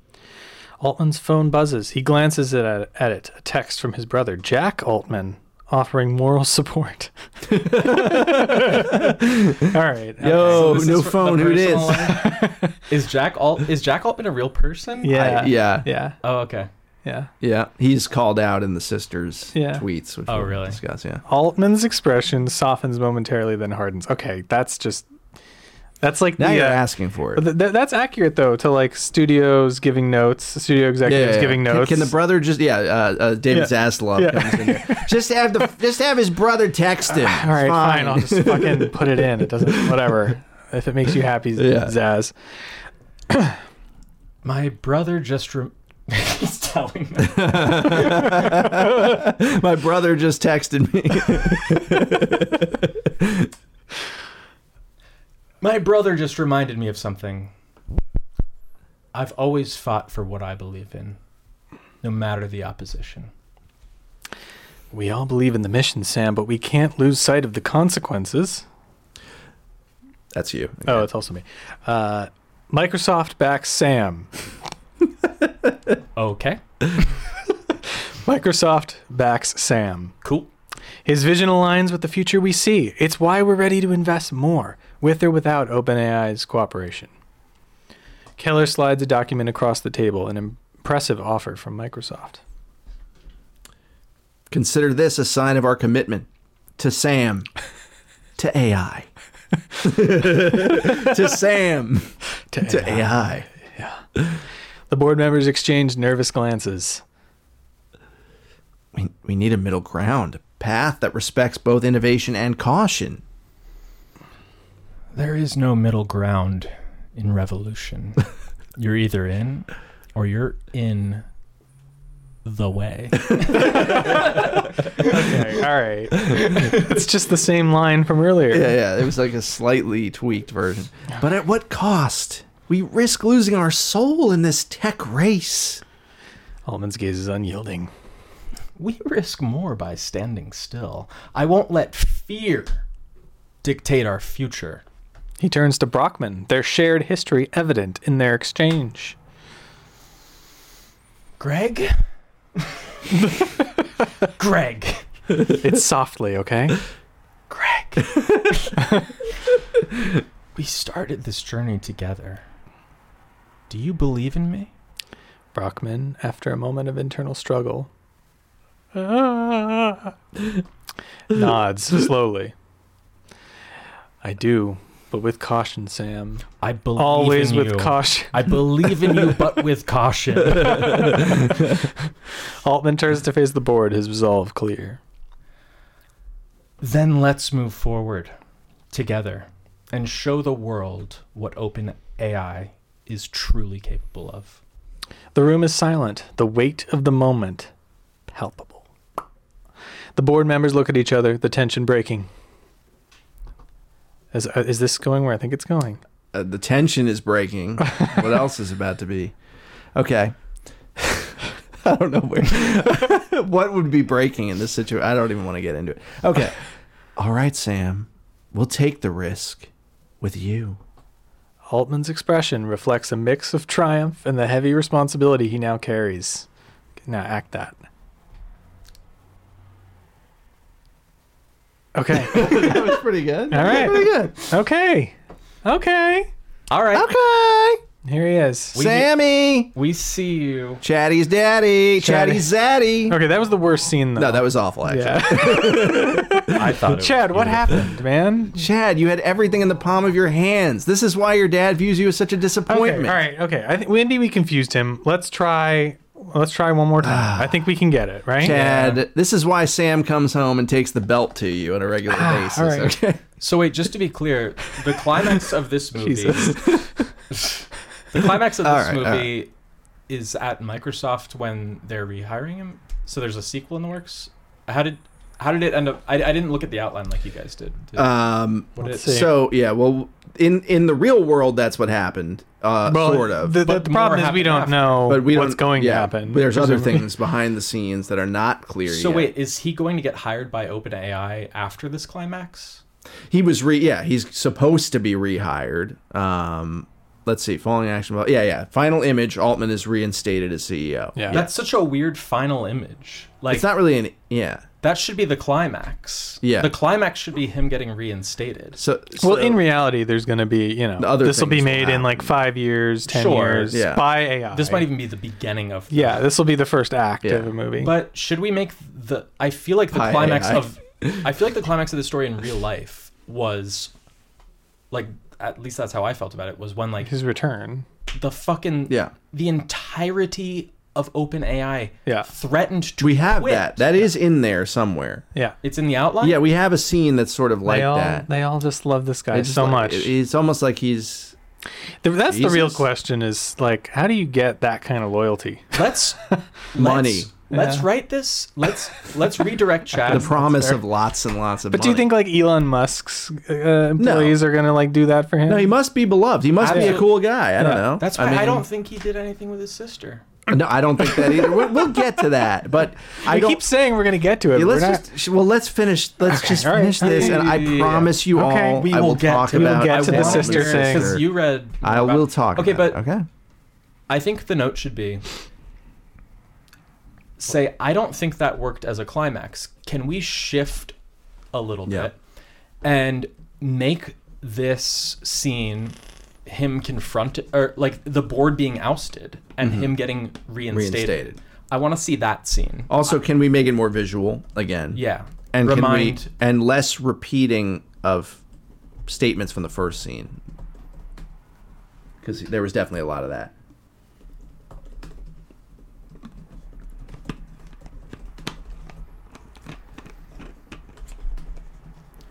S1: Altman's phone buzzes. He glances at, at it, a text from his brother, Jack Altman, offering moral support. All right. Oh,
S3: Yo,
S2: this
S3: no
S2: is for-
S3: phone,
S2: the
S3: who dis?
S2: personal line? is Jack Alt is Jack Altman a real person?
S1: Yeah.
S3: yeah.
S1: Yeah.
S2: Oh, okay.
S1: Yeah.
S3: Yeah. He's called out in the sisters'
S1: Yeah.
S3: tweets, which
S2: Oh,
S3: we'll
S2: really?
S3: discuss, yeah.
S1: Altman's expression softens momentarily, then hardens. Okay. That's just. That's like
S3: Now
S1: the.
S3: you're
S1: uh,
S3: asking for it.
S1: th- th- that's accurate though to like studios giving notes, studio
S3: Yeah,
S1: executives
S3: yeah, yeah.
S1: giving
S3: Can-
S1: notes.
S3: Can, the brother just yeah? Uh, uh, David
S1: Yeah.
S3: Zaslav
S1: Yeah.
S3: comes in there. just have the just have his brother text him.
S1: All right, fine. I'll just fucking put it in. It doesn't. Whatever. If it makes you happy,
S3: Yeah.
S1: Zaz.
S2: My brother just re- he's telling me.
S3: My brother just texted me.
S2: My brother just reminded me of something. I've always fought for what I believe in, no matter the opposition.
S1: We all believe in the mission, Sam, but we can't lose sight of the consequences.
S3: That's you.
S1: Oh, it's also me. Uh, Microsoft backs Sam.
S2: Okay.
S1: Microsoft backs Sam.
S2: Cool.
S1: His vision aligns with the future we see. It's why we're ready to invest more, with or without OpenAI's cooperation. Keller slides a document across the table, an impressive offer from Microsoft.
S3: Consider this a sign of our commitment to Sam, to AI, to Sam,
S1: To
S3: to AI.
S1: The board members exchange nervous glances.
S3: We, we need a middle ground, a path that respects both innovation and caution.
S2: There is no middle ground in revolution. you're either in or you're in the way.
S1: Okay, all right. it's just the same line from earlier.
S3: Yeah, yeah. It was like a slightly tweaked version. But at what cost? We risk losing our soul in this tech race.
S1: Altman's gaze is unyielding.
S2: we risk more by standing still. I won't let fear dictate our future.
S1: He turns to Brockman, their shared history evident in their exchange.
S2: Greg? Greg.
S1: It's softly, okay?
S2: Greg. we started this journey together. Do you believe in me?
S1: Brockman, after a moment of internal struggle, nods slowly. I do, but with caution, Sam.
S2: I believe
S1: Always
S2: in
S1: with
S2: you.
S1: caution.
S2: I believe in you, but with caution.
S1: Altman turns to face the board, his resolve clear.
S2: then let's move forward together and show the world what open AI is truly capable of.
S1: The room is silent, the weight of the moment palpable. The board members look at each other, the tension breaking. Is, uh, is this going where I think it's going?
S3: Uh, the tension is breaking. what else is about to be? Okay. I don't know where. what would be breaking in this situation? I don't even want to get into it. Okay. All right, Sam. We'll take the risk with you.
S1: Altman's expression reflects a mix of triumph and the heavy responsibility he now carries. Now act that. Okay.
S3: that was pretty good.
S1: All right.
S3: Pretty good.
S1: okay. Okay.
S2: All right.
S3: Okay.
S1: Here he is.
S2: We-
S3: Sammy.
S2: We see you.
S3: Chatty's daddy. Chatty's zaddy.
S1: okay, that was the worst scene though.
S3: No, that was awful, actually.
S1: yeah.
S2: I thought it was
S1: Chad, what
S2: beautiful.
S1: happened, man?
S3: Chad, you had everything in the palm of your hands. This is why your dad views you as such a
S1: Okay,
S3: disappointment.
S1: all right, okay. I think Wendy, we confused him. Let's try. Let's try one more time. I think we can get it, right?
S3: Chad, this is why Sam comes home and takes the belt to you on a regular basis.
S1: Ah, all right.
S3: Okay.
S2: So wait, just to be clear, the climax of this movie, the climax of
S3: All
S2: this
S3: right, all
S2: movie is at Microsoft when they're rehiring him. So there's a sequel in the works. How did how did it end up? I, I didn't look at the outline like you guys did. Did-
S3: Um,
S2: what
S1: let's
S2: did-
S1: see.
S3: so yeah, well, in in the real world, that's what happened, uh,
S1: Well,
S3: sort of.
S1: The, the
S2: But more
S1: problem is we
S2: happened
S1: don't
S2: after.
S1: know
S3: but we
S1: what's
S3: don't-
S1: going
S3: yeah,
S1: to happen.
S3: There's other
S1: Presumably-
S3: things behind the scenes that are not clear.
S2: so
S3: yet.
S2: wait, is he going to get hired by OpenAI after this climax?
S3: he was re yeah he's supposed to be rehired um let's see falling action well, yeah yeah final image altman is reinstated as ceo
S1: Yeah.
S2: That's such a weird final image. Like
S3: it's not really an yeah
S2: that should be the climax.
S3: Yeah.
S2: The climax should be him getting reinstated.
S3: so,
S1: Well,
S3: so-
S1: in reality, there's going to be you know
S3: other
S1: this will be
S3: things will
S1: made in like
S3: happen.
S1: five years, ten
S2: Sure,
S1: years
S3: yeah.
S1: by AI.
S2: This might even be the beginning of the
S1: yeah, this will be the first act
S3: Yeah.
S1: of a movie.
S2: But should we make the? I feel like the
S3: Hi,
S2: climax
S3: AI.
S2: of, I feel like the climax of the story in real life was, like at least that's how I felt about it. Was when like
S1: his return.
S2: the fucking
S3: Yeah.
S2: the entirety of OpenAI
S1: Yeah.
S2: threatened to
S3: we have
S2: quit.
S3: that that is in there somewhere
S1: Yeah,
S2: it's in the outline.
S3: yeah we have a scene that's sort of like
S1: they all
S3: that
S1: they all just love this guy
S3: It's
S1: so
S3: like-
S1: much.
S3: it- it's almost like he's
S1: The- that's the real
S3: Jesus.
S1: question: is like, how do you get that kind of loyalty?
S2: let's
S3: Money.
S2: Let's, let's
S1: Yeah.
S2: write this. Let's let's redirect
S3: the
S2: chat.
S3: promise
S1: fair.
S3: of lots and lots of
S1: But do you
S3: money.
S1: think like Elon Musk's uh, employees are going to like do that for him?
S3: no he must be beloved he must be a
S2: Absolutely.
S3: cool guy i don't
S1: Yeah.
S3: know
S2: That's why I,
S3: mean,
S2: don't think he did anything with his sister.
S3: no i don't think that either we'll, we'll get to that but i
S1: I
S3: don't
S1: keep saying we're going to get to it.
S3: Yeah,
S1: but
S3: let's
S1: we're not-
S3: just sh- well let's finish let's just
S1: all right.
S3: finish this and I
S2: Yeah.
S3: promise you
S1: Okay,
S3: all
S1: we
S3: I
S1: will
S3: will
S1: get
S3: talk
S1: to- we'll
S3: about
S1: get to the
S3: Waltman's
S1: sister thing.
S2: because you read.
S3: I
S2: about-
S3: will talk
S2: Okay,
S3: about
S2: but
S3: it, okay
S2: I think the note should be say, I don't think that worked as a climax. Can we shift a little
S3: Yeah.
S2: bit and make this scene him confronted or like the board being ousted and him getting reinstated.
S3: Mm-hmm. Reinstated.
S2: I want to see that scene.
S3: also can we make it more visual again
S2: Yeah.
S3: and
S2: remind
S3: can we and less repeating of statements from the first scene because there was definitely a lot of that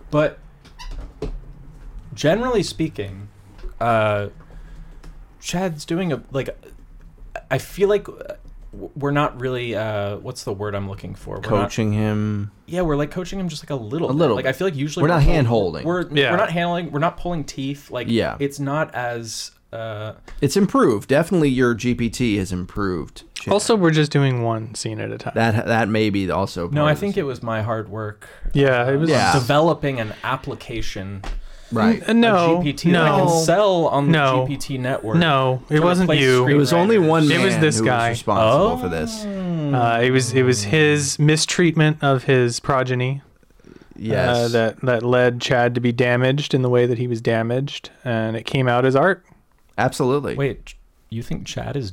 S2: But generally speaking, uh, Chad's doing a like. I feel like uh, w- we're not really. Uh, what's the word I'm looking for? We're not-
S3: coaching him
S2: yeah, we're like coaching him just like a little.
S3: A little
S2: Like
S3: bit.
S2: I feel like usually
S3: We're not
S2: pulling-
S3: hand-holding.
S2: We're
S1: Yeah.
S2: we're not handling. We're not pulling teeth. Like
S3: Yeah.
S2: it's not as. Uh,
S3: it's improved definitely your GPT has improved Chad.
S1: also, we're just doing one scene at a time.
S3: that that may be also
S2: no,
S3: part
S2: I
S3: of
S2: think
S3: this.
S2: it was my hard work.
S1: yeah, it was.
S3: Yeah.
S2: Developing an application,
S3: right
S1: Uh, No,
S2: a GPT that I
S1: no,
S2: can sell on the
S1: No.
S2: GPT network.
S1: no, it
S2: to
S1: wasn't
S2: replace
S1: you.
S3: it was only one
S1: It
S3: man
S1: was this
S3: who
S1: guy.
S3: was responsible for this
S1: Oh.
S2: Hmm.
S1: Uh, it was it was his mistreatment of his progeny
S3: yes
S1: uh, that that led Chad to be damaged in the way that he was damaged, and it came out as art.
S3: absolutely
S2: Wait, you think Chad is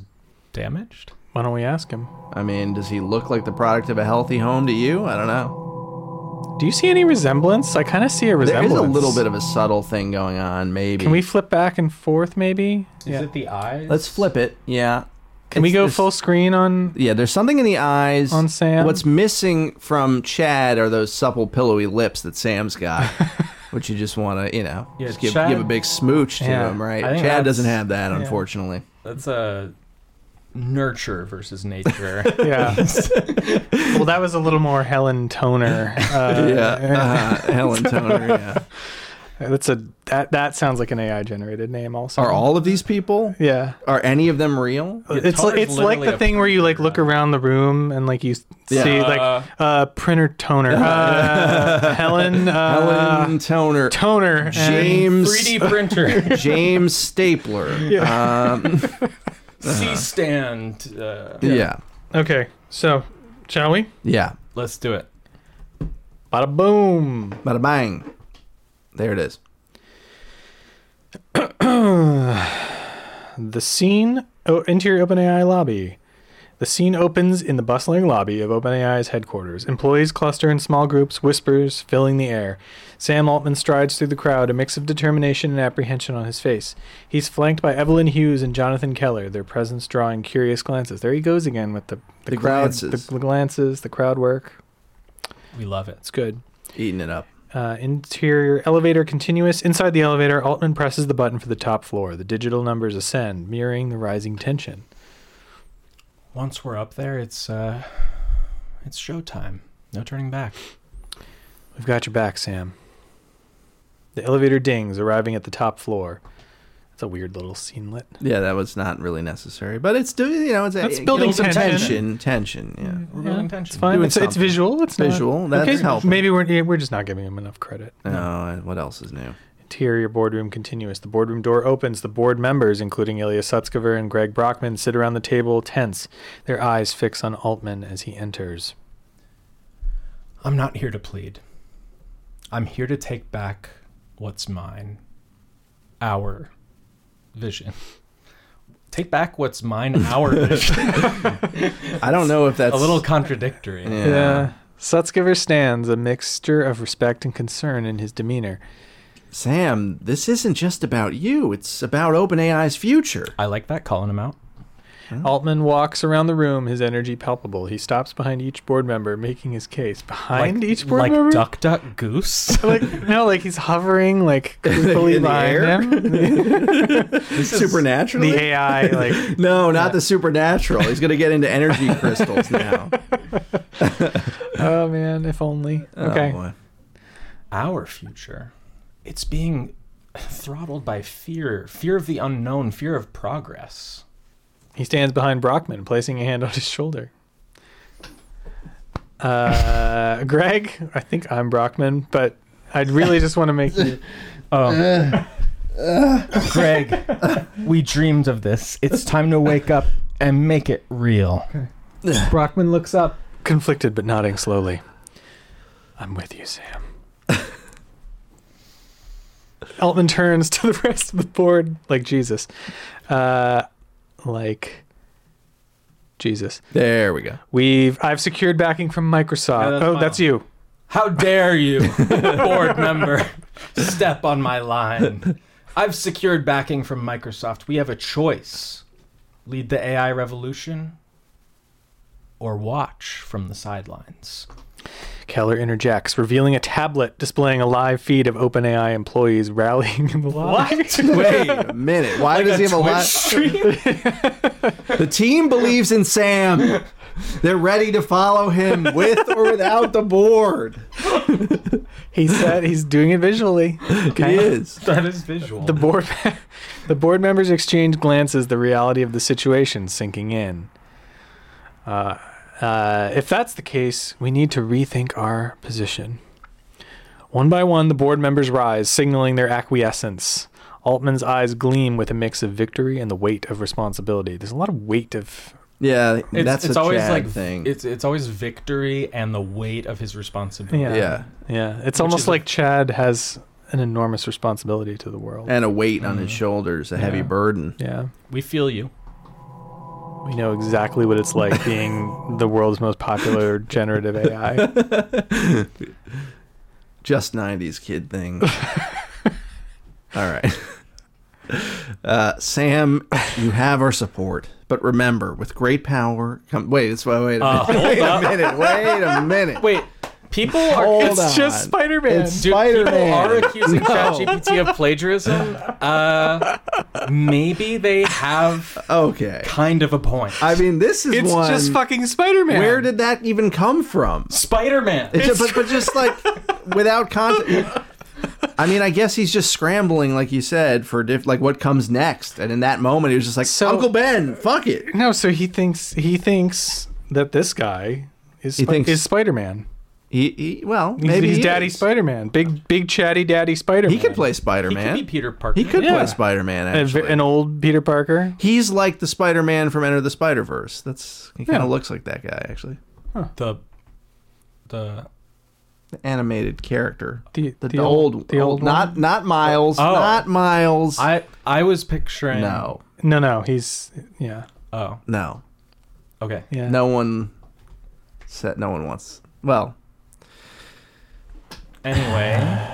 S2: damaged?
S1: Why don't we ask him?
S3: I mean, does he look like the product of a healthy home to you? I don't know.
S1: Do you see any resemblance? I kind of see a
S3: There
S1: resemblance.
S3: is a little bit of a subtle thing going on, maybe.
S1: Can we flip back and forth, maybe?
S2: Is it the eyes?
S3: Let's flip it. Yeah.
S1: Can we
S3: It's-
S1: go
S3: there's-
S1: full screen on?
S3: Yeah, there's something in the eyes.
S1: On Sam?
S3: What's missing from Chad are those supple, pillowy lips that Sam's got. Which you just want to, you know,
S2: Yeah,
S3: just give,
S2: Chad-
S3: give a big smooch to
S1: Yeah,
S3: him, right?
S2: I think
S3: Chad doesn't
S2: that's-
S3: have that,
S2: yeah.
S3: unfortunately.
S2: That's a nurture versus nature.
S1: Yeah. well, that was a little more Helen Toner. Uh,
S3: yeah, uh, Helen Toner. Yeah.
S1: That's a that that sounds like an AI generated name also.
S3: Are all of these people?
S1: Yeah.
S3: Are any of them real?
S1: it's
S2: Toner's
S1: like, it's like
S2: literally
S1: the
S2: a
S1: thing where you like look around the room and like you s-
S3: Yeah.
S1: see
S2: Uh,
S1: like uh printer toner uh, Helen uh,
S3: Helen Toner,
S1: toner and-
S3: James,
S2: 3D printer,
S3: James Stapler. Um,
S2: C stand. Uh,
S3: yeah,
S1: okay so shall we
S3: yeah.
S2: Let's do it.
S1: bada boom
S3: Bada bang. There it is.
S1: the scene oh, interior OpenAI lobby the scene opens in the bustling lobby of OpenAI's headquarters. Employees cluster in small groups, whispers filling the air. Sam Altman strides through the crowd, a mix of determination and apprehension on his face. He's flanked by Evelyn Hughes and Jonathan Keller, their presence drawing curious glances. There he goes again with the, the,
S3: The
S1: crowd,
S3: glances.
S1: The, glances, the crowd work.
S2: We love it.
S1: It's good.
S3: Eating it up.
S1: Uh, interior elevator continuous. Inside the elevator, Altman presses the button for the top floor. The digital numbers ascend, mirroring the rising tension.
S2: Once we're up there, it's uh, it's showtime. No turning back.
S1: We've got your back, Sam. The elevator dings, arriving at the top floor. It's a weird little scenelet.
S3: Yeah, that was not really necessary, but it's doing. You know, it's
S1: That's
S3: it
S1: building
S3: builds some
S1: tension.
S3: tension. Tension.
S2: We're
S1: Yeah,
S2: building tension.
S1: It's fine.
S3: Doing
S1: It's, it's
S3: something.
S1: visual. It's
S3: Yeah.
S1: not-
S3: Visual. That's
S1: okay,
S3: helping.
S1: Maybe we're yeah, we're just not giving him enough credit.
S3: Oh, what else is new?
S1: Interior boardroom continuous. The boardroom door opens. The board members, including Ilya Sutskever and Greg Brockman, sit around the table, tense, their eyes fixed on Altman as he enters.
S2: I'm not here to plead. I'm here to take back what's mine. Our vision. Take back what's mine, our vision.
S3: I don't know if that's
S2: a little contradictory.
S3: Yeah.
S1: Yeah. Sutskever stands, a mixture of respect and concern in his demeanor.
S3: Sam. This isn't just about you. It's about OpenAI's future.
S2: I like that, calling him out.
S1: Altman walks around the room, his energy palpable. He stops behind each board member, making his case. Behind
S2: like,
S1: each board
S2: like
S1: member?
S2: Duck Duck Goose.
S1: Like, no, like he's hovering, like creepily
S3: In the
S1: behind
S3: air?
S1: him.
S3: Supernatural.
S1: The AI, like,
S3: No, not the supernatural. He's gonna get into energy crystals now.
S1: oh man, if only. okay.
S3: Oh, boy.
S2: our future. It's being throttled by fear, fear of the unknown, fear of progress.
S1: He stands behind Brockman, placing a hand on his shoulder. Uh, Greg, I think I'm Brockman, but I really just want to make you.
S2: Oh. Uh. Greg, we dreamed of this. It's time to wake up and make it real.
S1: Brockman looks up, conflicted but nodding slowly. I'm with you, Sam. Altman turns to the rest of the board like Jesus. Uh, like Jesus.
S3: There we go.
S1: We've I've secured backing from Microsoft.
S2: Yeah, that's
S1: oh,
S2: mine.
S1: that's you.
S2: How dare you, board member, step on my line? I've secured backing from Microsoft. We have a choice lead the AI revolution or watch from the sidelines.
S1: Keller interjects, revealing a tablet displaying a live feed of OpenAI employees rallying in the lobby.
S3: Wait a minute. Why does he have a
S2: Twitch
S3: lot?
S2: stream?
S3: The team believes in Sam. They're ready to follow him with or without the board.
S1: He said he's doing it visually.
S3: He is.
S2: that is visual.
S1: The board, the board members exchange glances, the reality of the situation sinking in. Uh, uh, if that's the case, we need to rethink our position. One by one, the board members rise, signaling their acquiescence. Altman's eyes gleam with a mix of victory and the weight of responsibility. There's a lot of weight of.
S3: Yeah, that's
S2: it's
S3: a
S2: always
S3: Chad
S2: like
S3: thing.
S2: It's it's always victory and the weight of his responsibility.
S1: Yeah.
S3: yeah,
S1: Yeah. It's
S2: Which
S1: almost
S2: is a-
S1: like Chad has an enormous responsibility to the world.
S3: and a weight on
S2: Mm.
S3: his shoulders, a heavy
S1: Yeah.
S3: burden.
S1: yeah.
S2: We feel you.
S1: We know exactly what it's like being the world's most popular generative AI.
S3: Just '90s kid thing. All right. Uh, Sam, you have our support, but remember, with great power, come. Wait, it's wait, wait a minute,
S2: Uh, hold
S3: wait
S2: up.
S3: a minute, wait a minute.
S2: Wait, People are
S3: Hold
S1: It's
S3: on.
S1: just Spider-Man.
S3: It's
S2: Dude,
S3: Spider-Man.
S2: people are accusing
S3: No.
S2: ChatGPT of plagiarism. Uh, maybe they have
S3: Okay.
S2: kind of a point.
S3: I mean, this is
S1: It's
S3: one.
S1: just fucking Spider-Man.
S3: where did that even come from?
S2: Spider-Man.
S3: It's but, but just like without context. I mean, I guess he's just scrambling, like you said, for diff- like what comes next. And in that moment, he was just like,
S1: So-
S3: Uncle Ben, fuck it.
S1: No, so he thinks he thinks that this guy is Spi-
S3: thinks-
S1: is Spider-Man.
S3: He, he well,
S1: He's,
S3: maybe
S1: he's
S3: he
S1: Daddy
S3: is.
S1: Spider-Man. Big big chatty Daddy Spider-Man.
S3: He could play
S2: he
S3: Spider
S2: could be
S3: Man.
S2: Peter Parker.
S3: He could
S1: Yeah.
S3: play Spider Man.
S1: A v-
S3: Actually,
S1: an old Peter Parker.
S3: he's like the Spider Man from Enter the Spider Verse. That's he kind
S1: Yeah.
S3: of looks like that guy actually.
S2: the the
S3: The animated character.
S1: The- the
S3: the, the
S1: old-
S3: old,
S1: the old one?
S3: not not Miles,
S2: Oh.
S3: not Miles.
S2: I I was picturing
S3: no,
S1: No, no, he's yeah.
S2: Oh,
S3: no,
S2: okay.
S1: Yeah.
S3: no one said no one wants. Well,
S2: Anyway,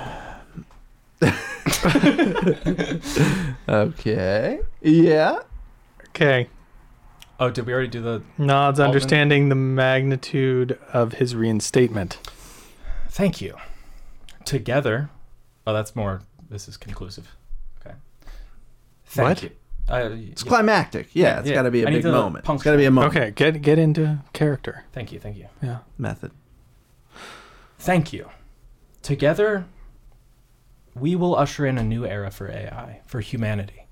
S3: okay, yeah.
S1: Okay.
S2: oh, did we already do the?
S1: Nod's
S2: Alden?
S1: understanding the magnitude of his reinstatement.
S2: Thank you. Together. Oh, that's more. This is conclusive. Okay. Thank
S1: What?
S2: you. Uh,
S3: It's
S2: yeah.
S3: climactic. Yeah,
S2: Yeah,
S3: it's
S2: yeah.
S3: got to be a
S2: I need
S3: big
S2: to
S3: moment. It's
S2: puncture.
S3: got to be a moment.
S1: Okay, get get into character.
S2: Thank you. Thank you.
S1: Yeah.
S3: Method.
S2: Thank you. Together, we will usher in a new era for AI, for humanity.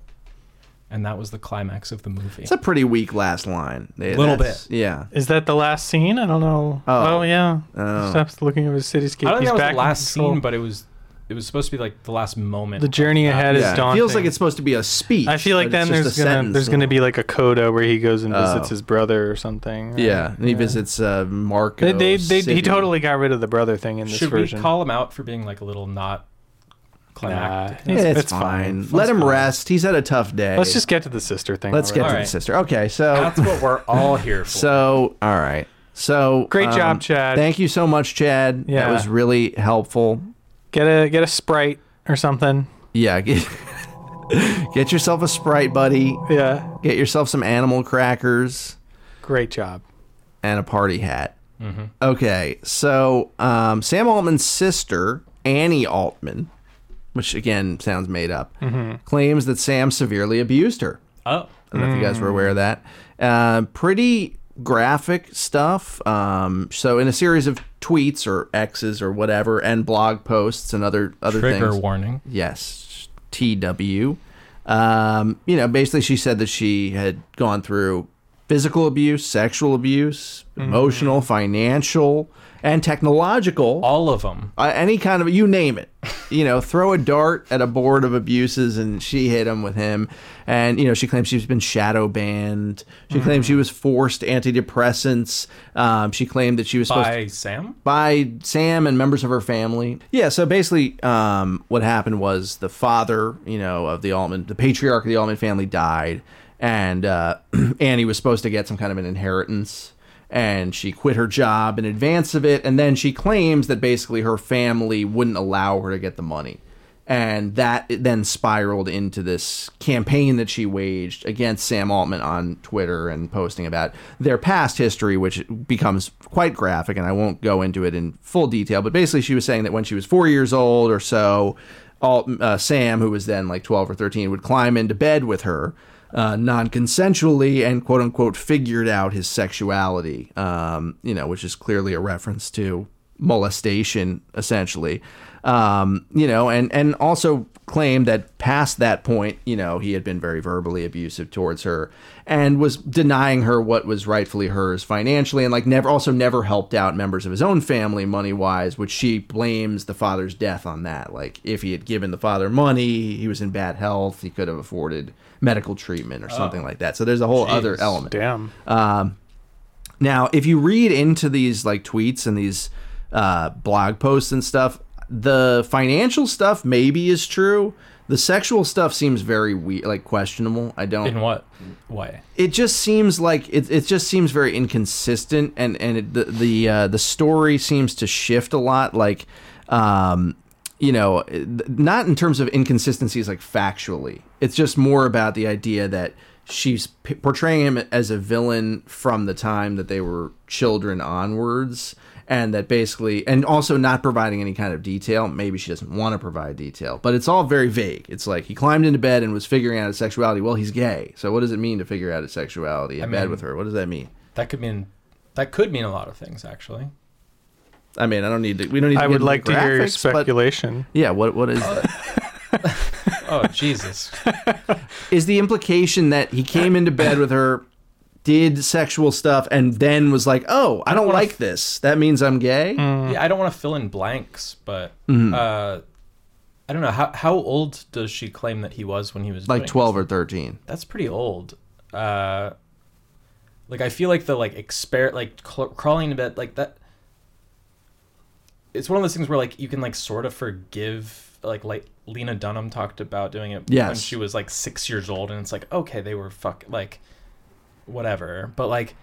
S2: And that was the climax of the movie.
S3: It's a pretty weak last line. A
S2: Little
S3: bit. Yeah.
S1: Is that the last scene? I don't know.
S3: Oh.
S1: yeah.
S3: Oh.
S1: He stops looking over the cityscape.
S2: I don't think
S1: He's
S2: that was
S1: back
S2: the
S1: in
S2: last
S1: control.
S2: scene, but it was it was supposed to be like the last moment.
S1: the journey ahead is
S3: yeah. It
S1: daunting.
S3: feels like it's supposed to be a speech.
S1: I feel like
S3: but
S1: then
S3: it's
S1: there's
S3: just
S1: gonna
S3: a sentence.
S1: there's gonna be like a coda where he goes and visits
S3: Oh.
S1: his brother or something. right?
S3: Yeah, and he visits uh, Marco.
S1: They, they, they,
S3: City.
S1: he totally got rid of the brother thing in this
S2: Should
S1: version.
S2: we call him out for being like a little not
S1: nah,
S2: climactic?
S1: it's,
S3: it's,
S1: it's
S3: fine.
S1: fine.
S3: Let him rest. He's had a tough day.
S1: Let's just get to the sister thing.
S3: let's get
S1: already.
S3: to the
S2: Alright.
S3: sister. Okay, so
S1: Oh.
S2: That's what we're all here for.
S3: so all right, so
S1: Great
S3: um,
S1: job, Chad.
S3: Thank you so much, Chad.
S1: Yeah.
S3: That was really helpful.
S1: get a get a sprite or something.
S3: Yeah, get, get yourself a sprite, buddy.
S1: Yeah,
S3: Get yourself some animal crackers
S1: great job.
S3: and a party hat.
S2: Mm-hmm.
S3: Okay, so um, Sam Altman's sister Annie Altman, which again sounds made up, claims that Sam severely abused her.
S2: oh,
S3: I don't know if you guys were aware of that. Uh, pretty graphic stuff. Um, so in a series of tweets or X's or whatever, and blog posts and other other
S2: trigger
S3: things.
S2: warning.
S3: Yes, TW. Um, you know, basically, she said that she had gone through physical abuse, sexual abuse, emotional, financial, and technological.
S2: All of them.
S3: Uh, any kind of you name it, you know, throw a dart at a board of abuses, and she hit him with him. And you know, she claims she's been shadow banned. She claims she was forced antidepressants. Um, she claimed that she was supposed to
S2: By Sam?
S3: by Sam and members of her family. Yeah, so basically, um, what happened was the father, you know, of the Altman, the patriarch of the Altman family died, and uh, Annie was supposed to get some kind of an inheritance, and she quit her job in advance of it, and then she claims that basically her family wouldn't allow her to get the money. And that then spiraled into this campaign that she waged against Sam Altman on Twitter and posting about their past history, which becomes quite graphic. And I won't go into it in full detail, but basically, she was saying that when she was four years old or so, Alt, uh, Sam, who was then like 12 or 13, would climb into bed with her uh, non consensually and quote unquote figured out his sexuality, um, you know, which is clearly a reference to molestation essentially um you know and and also claimed that past that point you know he had been very verbally abusive towards her and was denying her what was rightfully hers financially and like never also never helped out members of his own family money wise which she blames the father's death on that like if he had given the father money he was in bad health he could have afforded medical treatment or something like that so there's a whole other
S2: Jeez.
S3: element
S1: Damn.
S3: now, if you read into these like tweets and these uh, blog posts and stuff, the financial stuff maybe is true. The sexual stuff seems very weird, like questionable. I don't.
S2: In what way?
S3: it just seems like it. It just seems very inconsistent, and and it, the the uh, the story seems to shift a lot. Like, um, you know, th- not in terms of inconsistencies, like factually. It's just more about the idea that she's p- portraying him as a villain from the time that they were children onwards and that basically and also not providing any kind of detail maybe she doesn't want to provide detail but it's all very vague it's like he climbed into bed and was figuring out his sexuality well he's gay so what does it mean to figure out his sexuality in
S2: I
S3: bed
S2: mean-
S3: with her what does that mean
S2: That could mean that could mean a lot of things actually.
S3: i mean i don't need to we don't need to
S1: I
S3: get
S1: would
S3: into
S1: like
S3: the
S1: to hear your
S3: graphics, but-
S1: speculation. Uh,
S3: yeah what what is that?
S2: Oh Jesus.
S3: is the implication that he came into bed with her did sexual stuff and then was like oh i don't
S2: wanna
S3: like this that means i'm gay
S1: Mm.
S2: Yeah, I don't want to fill in blanks, but
S3: Mm-hmm.
S2: uh, I don't know how how old does she claim that he was when he was
S3: like
S2: doing
S3: 12 or 13
S2: that's pretty old. Uh, like I feel like the like exper like cl- crawling to bed like that. It's one of those things where like you can like sort of forgive like like Lena Dunham talked about doing it when
S3: Yes.
S2: she was like six years old, and it's like okay they were fuck like whatever, but like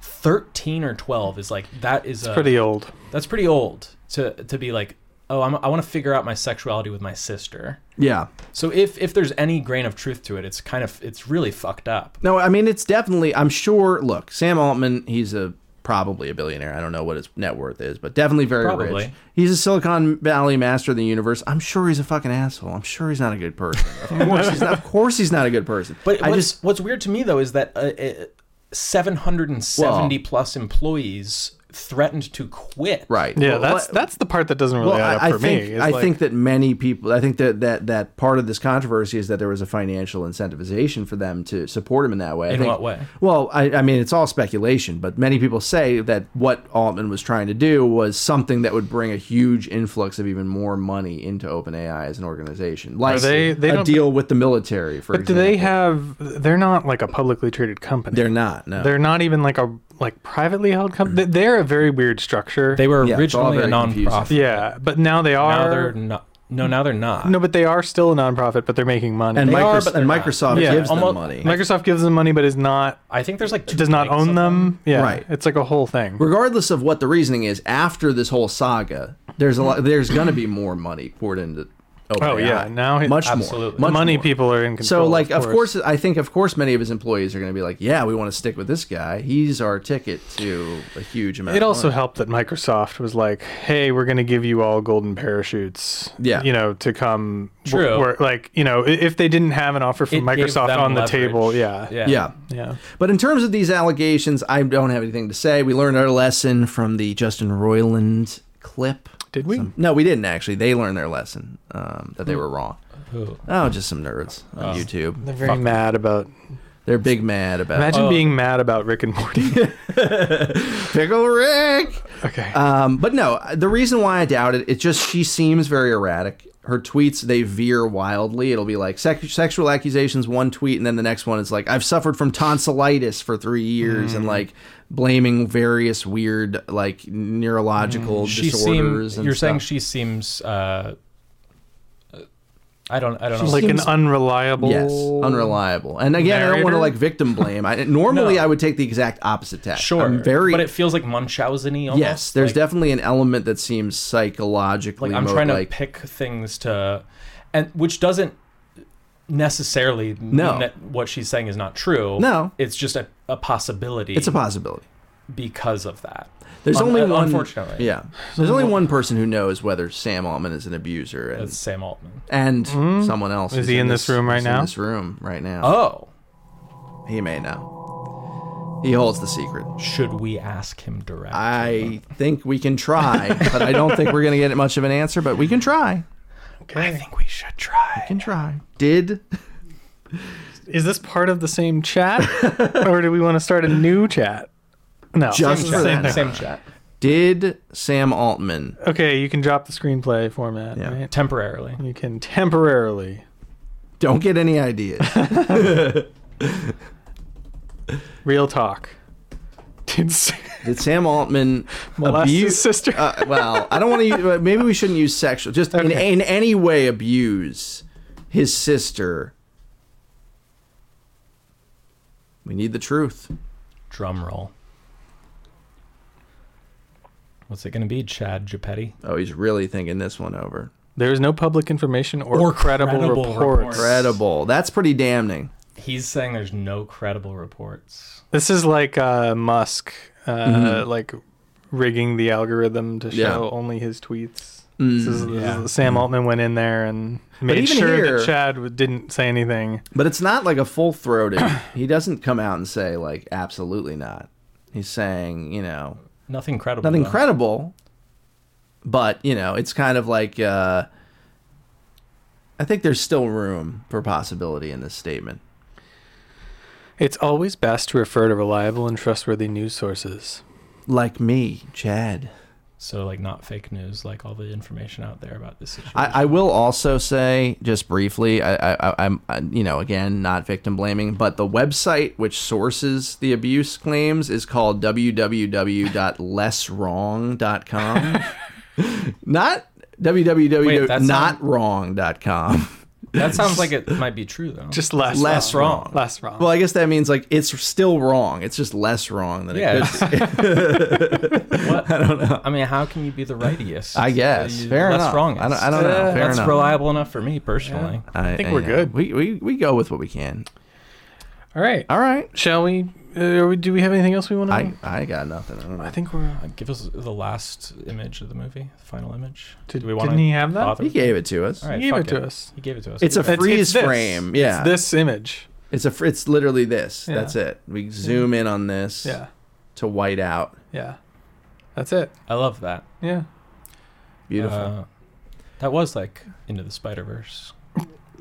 S2: thirteen or twelve is like that is a,
S1: Pretty old.
S2: that's pretty old to to be like oh I'm, I want to figure out my sexuality with my sister.
S3: yeah
S2: So if if there's any grain of truth to it, it's kind of it's really fucked up.
S3: No, I mean it's definitely. I'm sure. Look, Sam Altman. He's a probably a billionaire. I don't know what his net worth is, but definitely very rich.
S2: Probably.
S3: He's a Silicon Valley master of the universe. I'm sure he's a fucking asshole. I'm sure he's not a good person. Of course he's not. Of course he's not a good person.
S2: But
S3: I
S2: what's,
S3: just
S2: what's weird to me though is that uh, uh, 770 plus employees threatened to quit.
S3: right.
S1: Yeah,
S3: Well,
S1: that's
S3: what-
S1: that's the part that doesn't really
S3: Well,
S1: add up
S3: I, I
S1: for
S3: think
S1: me. It's
S3: I
S1: like-
S3: think that many people. I think that, that that part of this controversy is that there was a financial incentivization for them to support him in that way. I
S2: In
S3: think-
S2: what way?
S3: Well, I, I mean, it's all speculation, but many people say that what Altman was trying to do was something that would bring a huge influx of even more money into OpenAI as an organization, like
S1: they- they
S3: a
S1: don't-
S3: deal with the military. For
S1: but do they
S3: example.
S1: have? They're not like a publicly traded company.
S3: They're not. No.
S1: They're not even like a like privately held company. They're a very weird structure.
S2: They were
S3: Yeah, it's all
S2: originally a
S3: very confusing.
S2: nonprofit.
S1: yeah, but now they
S2: Now
S1: are.
S2: they're not. No, now they're not.
S1: no, but they are still a nonprofit, but they're making money.
S3: and,
S2: they
S3: Micro-
S2: are, but
S3: and
S2: they're not.
S3: Microsoft
S1: Yeah,
S3: gives
S2: almo-
S3: them money.
S1: Microsoft gives them money, but is not
S2: I think there's like two
S1: does not
S2: wings
S1: own
S2: of
S1: them. Yeah,
S3: Right.
S1: It's like a whole thing.
S3: regardless of what the reasoning is after this whole saga there's a lot there's going to be more money poured into OpenAI.
S1: Oh, yeah, now he-
S3: much
S2: Absolutely.
S1: The
S3: more much
S1: money
S3: more.
S1: people are in control.
S3: so like of course. i think of course many of his employees are going to be like yeah we want to stick with this guy he's our ticket to a huge amount
S1: It
S3: of
S1: also
S3: money.
S1: helped that Microsoft was like, "Hey, we're going to give you all golden parachutes."
S3: Yeah.
S1: you know, to come. w-
S2: True.
S1: where- like you know, i- if they didn't have an offer from
S2: It gave
S1: Microsoft
S2: them
S1: on the
S2: leverage.
S1: table, yeah,
S2: Yeah.
S3: yeah
S1: yeah.
S3: but in terms of these allegations i don't have anything to say we learned our lesson from the justin roiland clip
S1: Did we?
S3: Some- no we didn't actually they learned their lesson um, that they were wrong
S2: Who?
S3: oh just some nerds
S1: Oh.
S3: on youtube
S1: They're very mad about.
S3: they're big mad about
S1: Imagine
S2: Oh.
S1: being mad about Rick and Morty.
S3: Pickle Rick.
S1: okay.
S3: Um, but no, the reason why I doubt it, it just she seems very erratic. Her tweets they veer wildly. It'll be like sex, sexual accusations one tweet, and then the next one is like I've suffered from tonsillitis for three years,
S2: Hmm.
S3: and like blaming various weird like neurological
S2: Hmm. She
S3: disorders.
S2: seems.
S3: and
S2: You're saying
S3: stuff.
S2: she seems. Uh, uh, I don't. I don't know.
S1: like an
S3: seems-
S1: unreliable.
S3: yes, unreliable. And again, I don't want to
S1: Narrator?
S3: like victim blame. I normally
S2: No.
S3: I would take the exact opposite tack.
S2: sure.
S3: I'm very
S2: But it feels like Munchausen-y almost.
S3: yes. There's
S2: like,
S3: definitely an element that seems psychologically
S2: like I'm
S3: mo-
S2: trying to
S3: like,
S2: pick things to, and which doesn't necessarily
S3: No.
S2: mean that what she's saying is not true.
S3: No.
S2: it's just a, a possibility.
S3: It's a possibility.
S2: because of that.
S3: There's
S2: Un-
S3: only
S2: uh,
S3: one.
S2: unfortunately.
S3: yeah. There's only one person who knows whether Sam Altman is an abuser, and,
S2: That's Sam Altman.
S3: and someone else
S1: Hmm? Is
S3: who's
S1: he in this room right
S3: who's
S1: now?
S3: In this room right now.
S2: Oh,
S3: He may know. He holds the secret.
S2: should we ask him directly?
S3: I think we can try, but I don't think we're gonna get much of an answer. But we can try.
S2: I
S1: Okay.
S2: think we should try.
S3: Can try. Did
S1: Is this part of the same chat, or do we want to start a new chat? No.
S3: Just
S1: Same
S3: for
S1: chat.
S3: that.
S2: Same,
S3: now.
S2: same chat
S3: did Sam Altman?
S1: Okay, you can drop the screenplay format,
S3: Yeah.
S1: right?
S2: temporarily.
S1: You can temporarily
S3: Don't get any ideas.
S1: real talk. Did s-
S3: Did Sam Altman
S1: molest his
S3: abuse?
S1: sister?
S3: uh, well, I don't want to. Use, maybe we shouldn't use sexual. Just in,
S1: Okay.
S3: in any way abuse his sister. We need the truth.
S2: Drum roll. What's it going to be, Chad Gepetti?
S3: Oh, he's really thinking this one over.
S1: there is no public information or,
S2: Or
S1: credible,
S2: credible
S1: reports.
S2: reports.
S3: Credible. That's pretty damning.
S2: He's saying there's no credible reports.
S1: This is like uh, Musk, uh, like rigging the algorithm to show
S3: Mm-hmm. Yeah.
S1: only his tweets. This is,
S3: Mm.
S1: this
S2: Yeah.
S1: is- Sam Altman went in there and made
S3: even
S1: sure
S3: here-
S1: that Chad w- didn't say anything.
S3: But it's not like a full throated. he doesn't come out and say like absolutely not. He's saying you know
S2: Nothing credible.
S3: nothing
S2: though.
S3: credible, but you know it's kind of like uh, I think there's still room for possibility in this statement.
S1: It's always best to refer to reliable and trustworthy news sources.
S3: Like me, Chad.
S2: So like not fake news, like all the information out there about this situation.
S3: I, I will also say just briefly. I, I, I, I'm, I, you know, again, not victim blaming, but the website which sources the abuse claims is called www.lesswrong.com. not
S2: Wait, that sound-
S3: www.notwrong.com.
S2: that sounds like it might be true though.
S1: Just less,
S3: Less wrong.
S1: Less wrong.
S3: Well, I guess that means like it's still wrong. It's just less wrong than
S2: Yeah,
S3: it could. be.
S2: what? I don't know. I mean, how can you be the rightest?
S3: I guess.
S2: You-
S3: Fair
S2: that's
S3: enough.
S2: wrong.
S3: I don't- I don't know.
S2: Uh,
S3: Fair
S2: that's
S3: enough.
S2: reliable enough for me personally.
S3: I
S1: think we're
S3: you
S1: good.
S3: We, we we go with what we can.
S1: All right.
S3: All right.
S1: Shall we? Uh, are we- do we have anything else we want to?
S3: I I got nothing. I don't know.
S1: I think we're.
S2: Uh, Give us the last image of the movie, the final image.
S1: Did-
S2: Do we want
S1: didn't he have that?
S2: Bother?
S3: He gave it to us.
S2: All right,
S1: He gave
S2: fuck
S1: it to us.
S2: He gave it to us.
S3: It's a
S1: It's- it's
S3: freeze
S1: this.
S3: frame. Yeah.
S1: It's this image.
S3: It's a. fr- It's literally this.
S1: Yeah.
S3: That's it. We zoom in on this
S1: Yeah.
S3: to white out.
S1: Yeah. That's it.
S2: I love that.
S1: Yeah.
S3: Beautiful.
S2: Uh, that was like into the Spider Verse.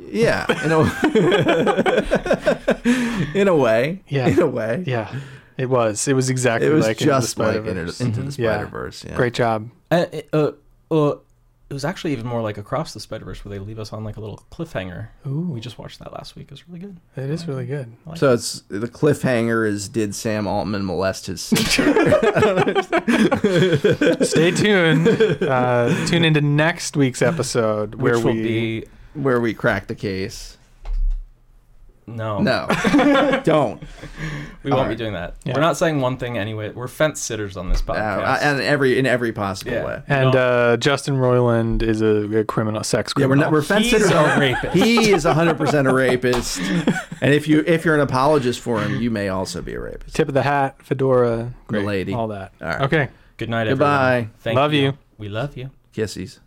S3: yeah. In a. in a way.
S1: Yeah.
S3: In a way.
S1: Yeah. It was. It was exactly
S3: It was
S1: like
S3: just
S1: into the
S3: like into,
S1: Spider-Verse.
S3: into the
S1: Mhm. Yeah.
S3: Spider Verse. Yeah.
S1: Great job.
S2: Uh, it- uh, uh, it was actually even more like across the Spider Verse, where they leave us on like a little cliffhanger.
S1: Ooh,
S2: We just watched that last week. It was really good.
S1: It is really good.
S2: I like
S3: So it's the cliffhanger is did Sam Altman molest his sister?
S1: Stay tuned. Uh, tune into next week's episode
S2: it. which
S1: where
S2: will
S1: we
S2: be
S3: where we crack the case.
S2: no,
S3: No, don't.
S2: we won't be
S3: Alright.
S2: doing that.
S1: Yeah.
S2: We're not saying one thing anyway. We're fence sitters on this
S3: Uh,
S2: podcast.
S3: and every in every possible
S2: Yeah.
S3: way.
S1: and uh, Justin Roiland is a, a criminal, sex
S3: Yeah, we're
S1: criminal.
S3: not. We're fence
S2: He's
S3: sitters
S2: a
S3: are-
S2: rapist.
S3: He is hundred percent a rapist. and if you if you're an apologist for him, you may also be a rapist.
S1: Tip of the hat, fedora, great,
S3: lady.
S1: all that.
S3: All right.
S1: Okay.
S2: Good night,
S3: Goodbye.
S2: everyone. Thank
S1: Love you.
S2: We love you.
S3: Kissies.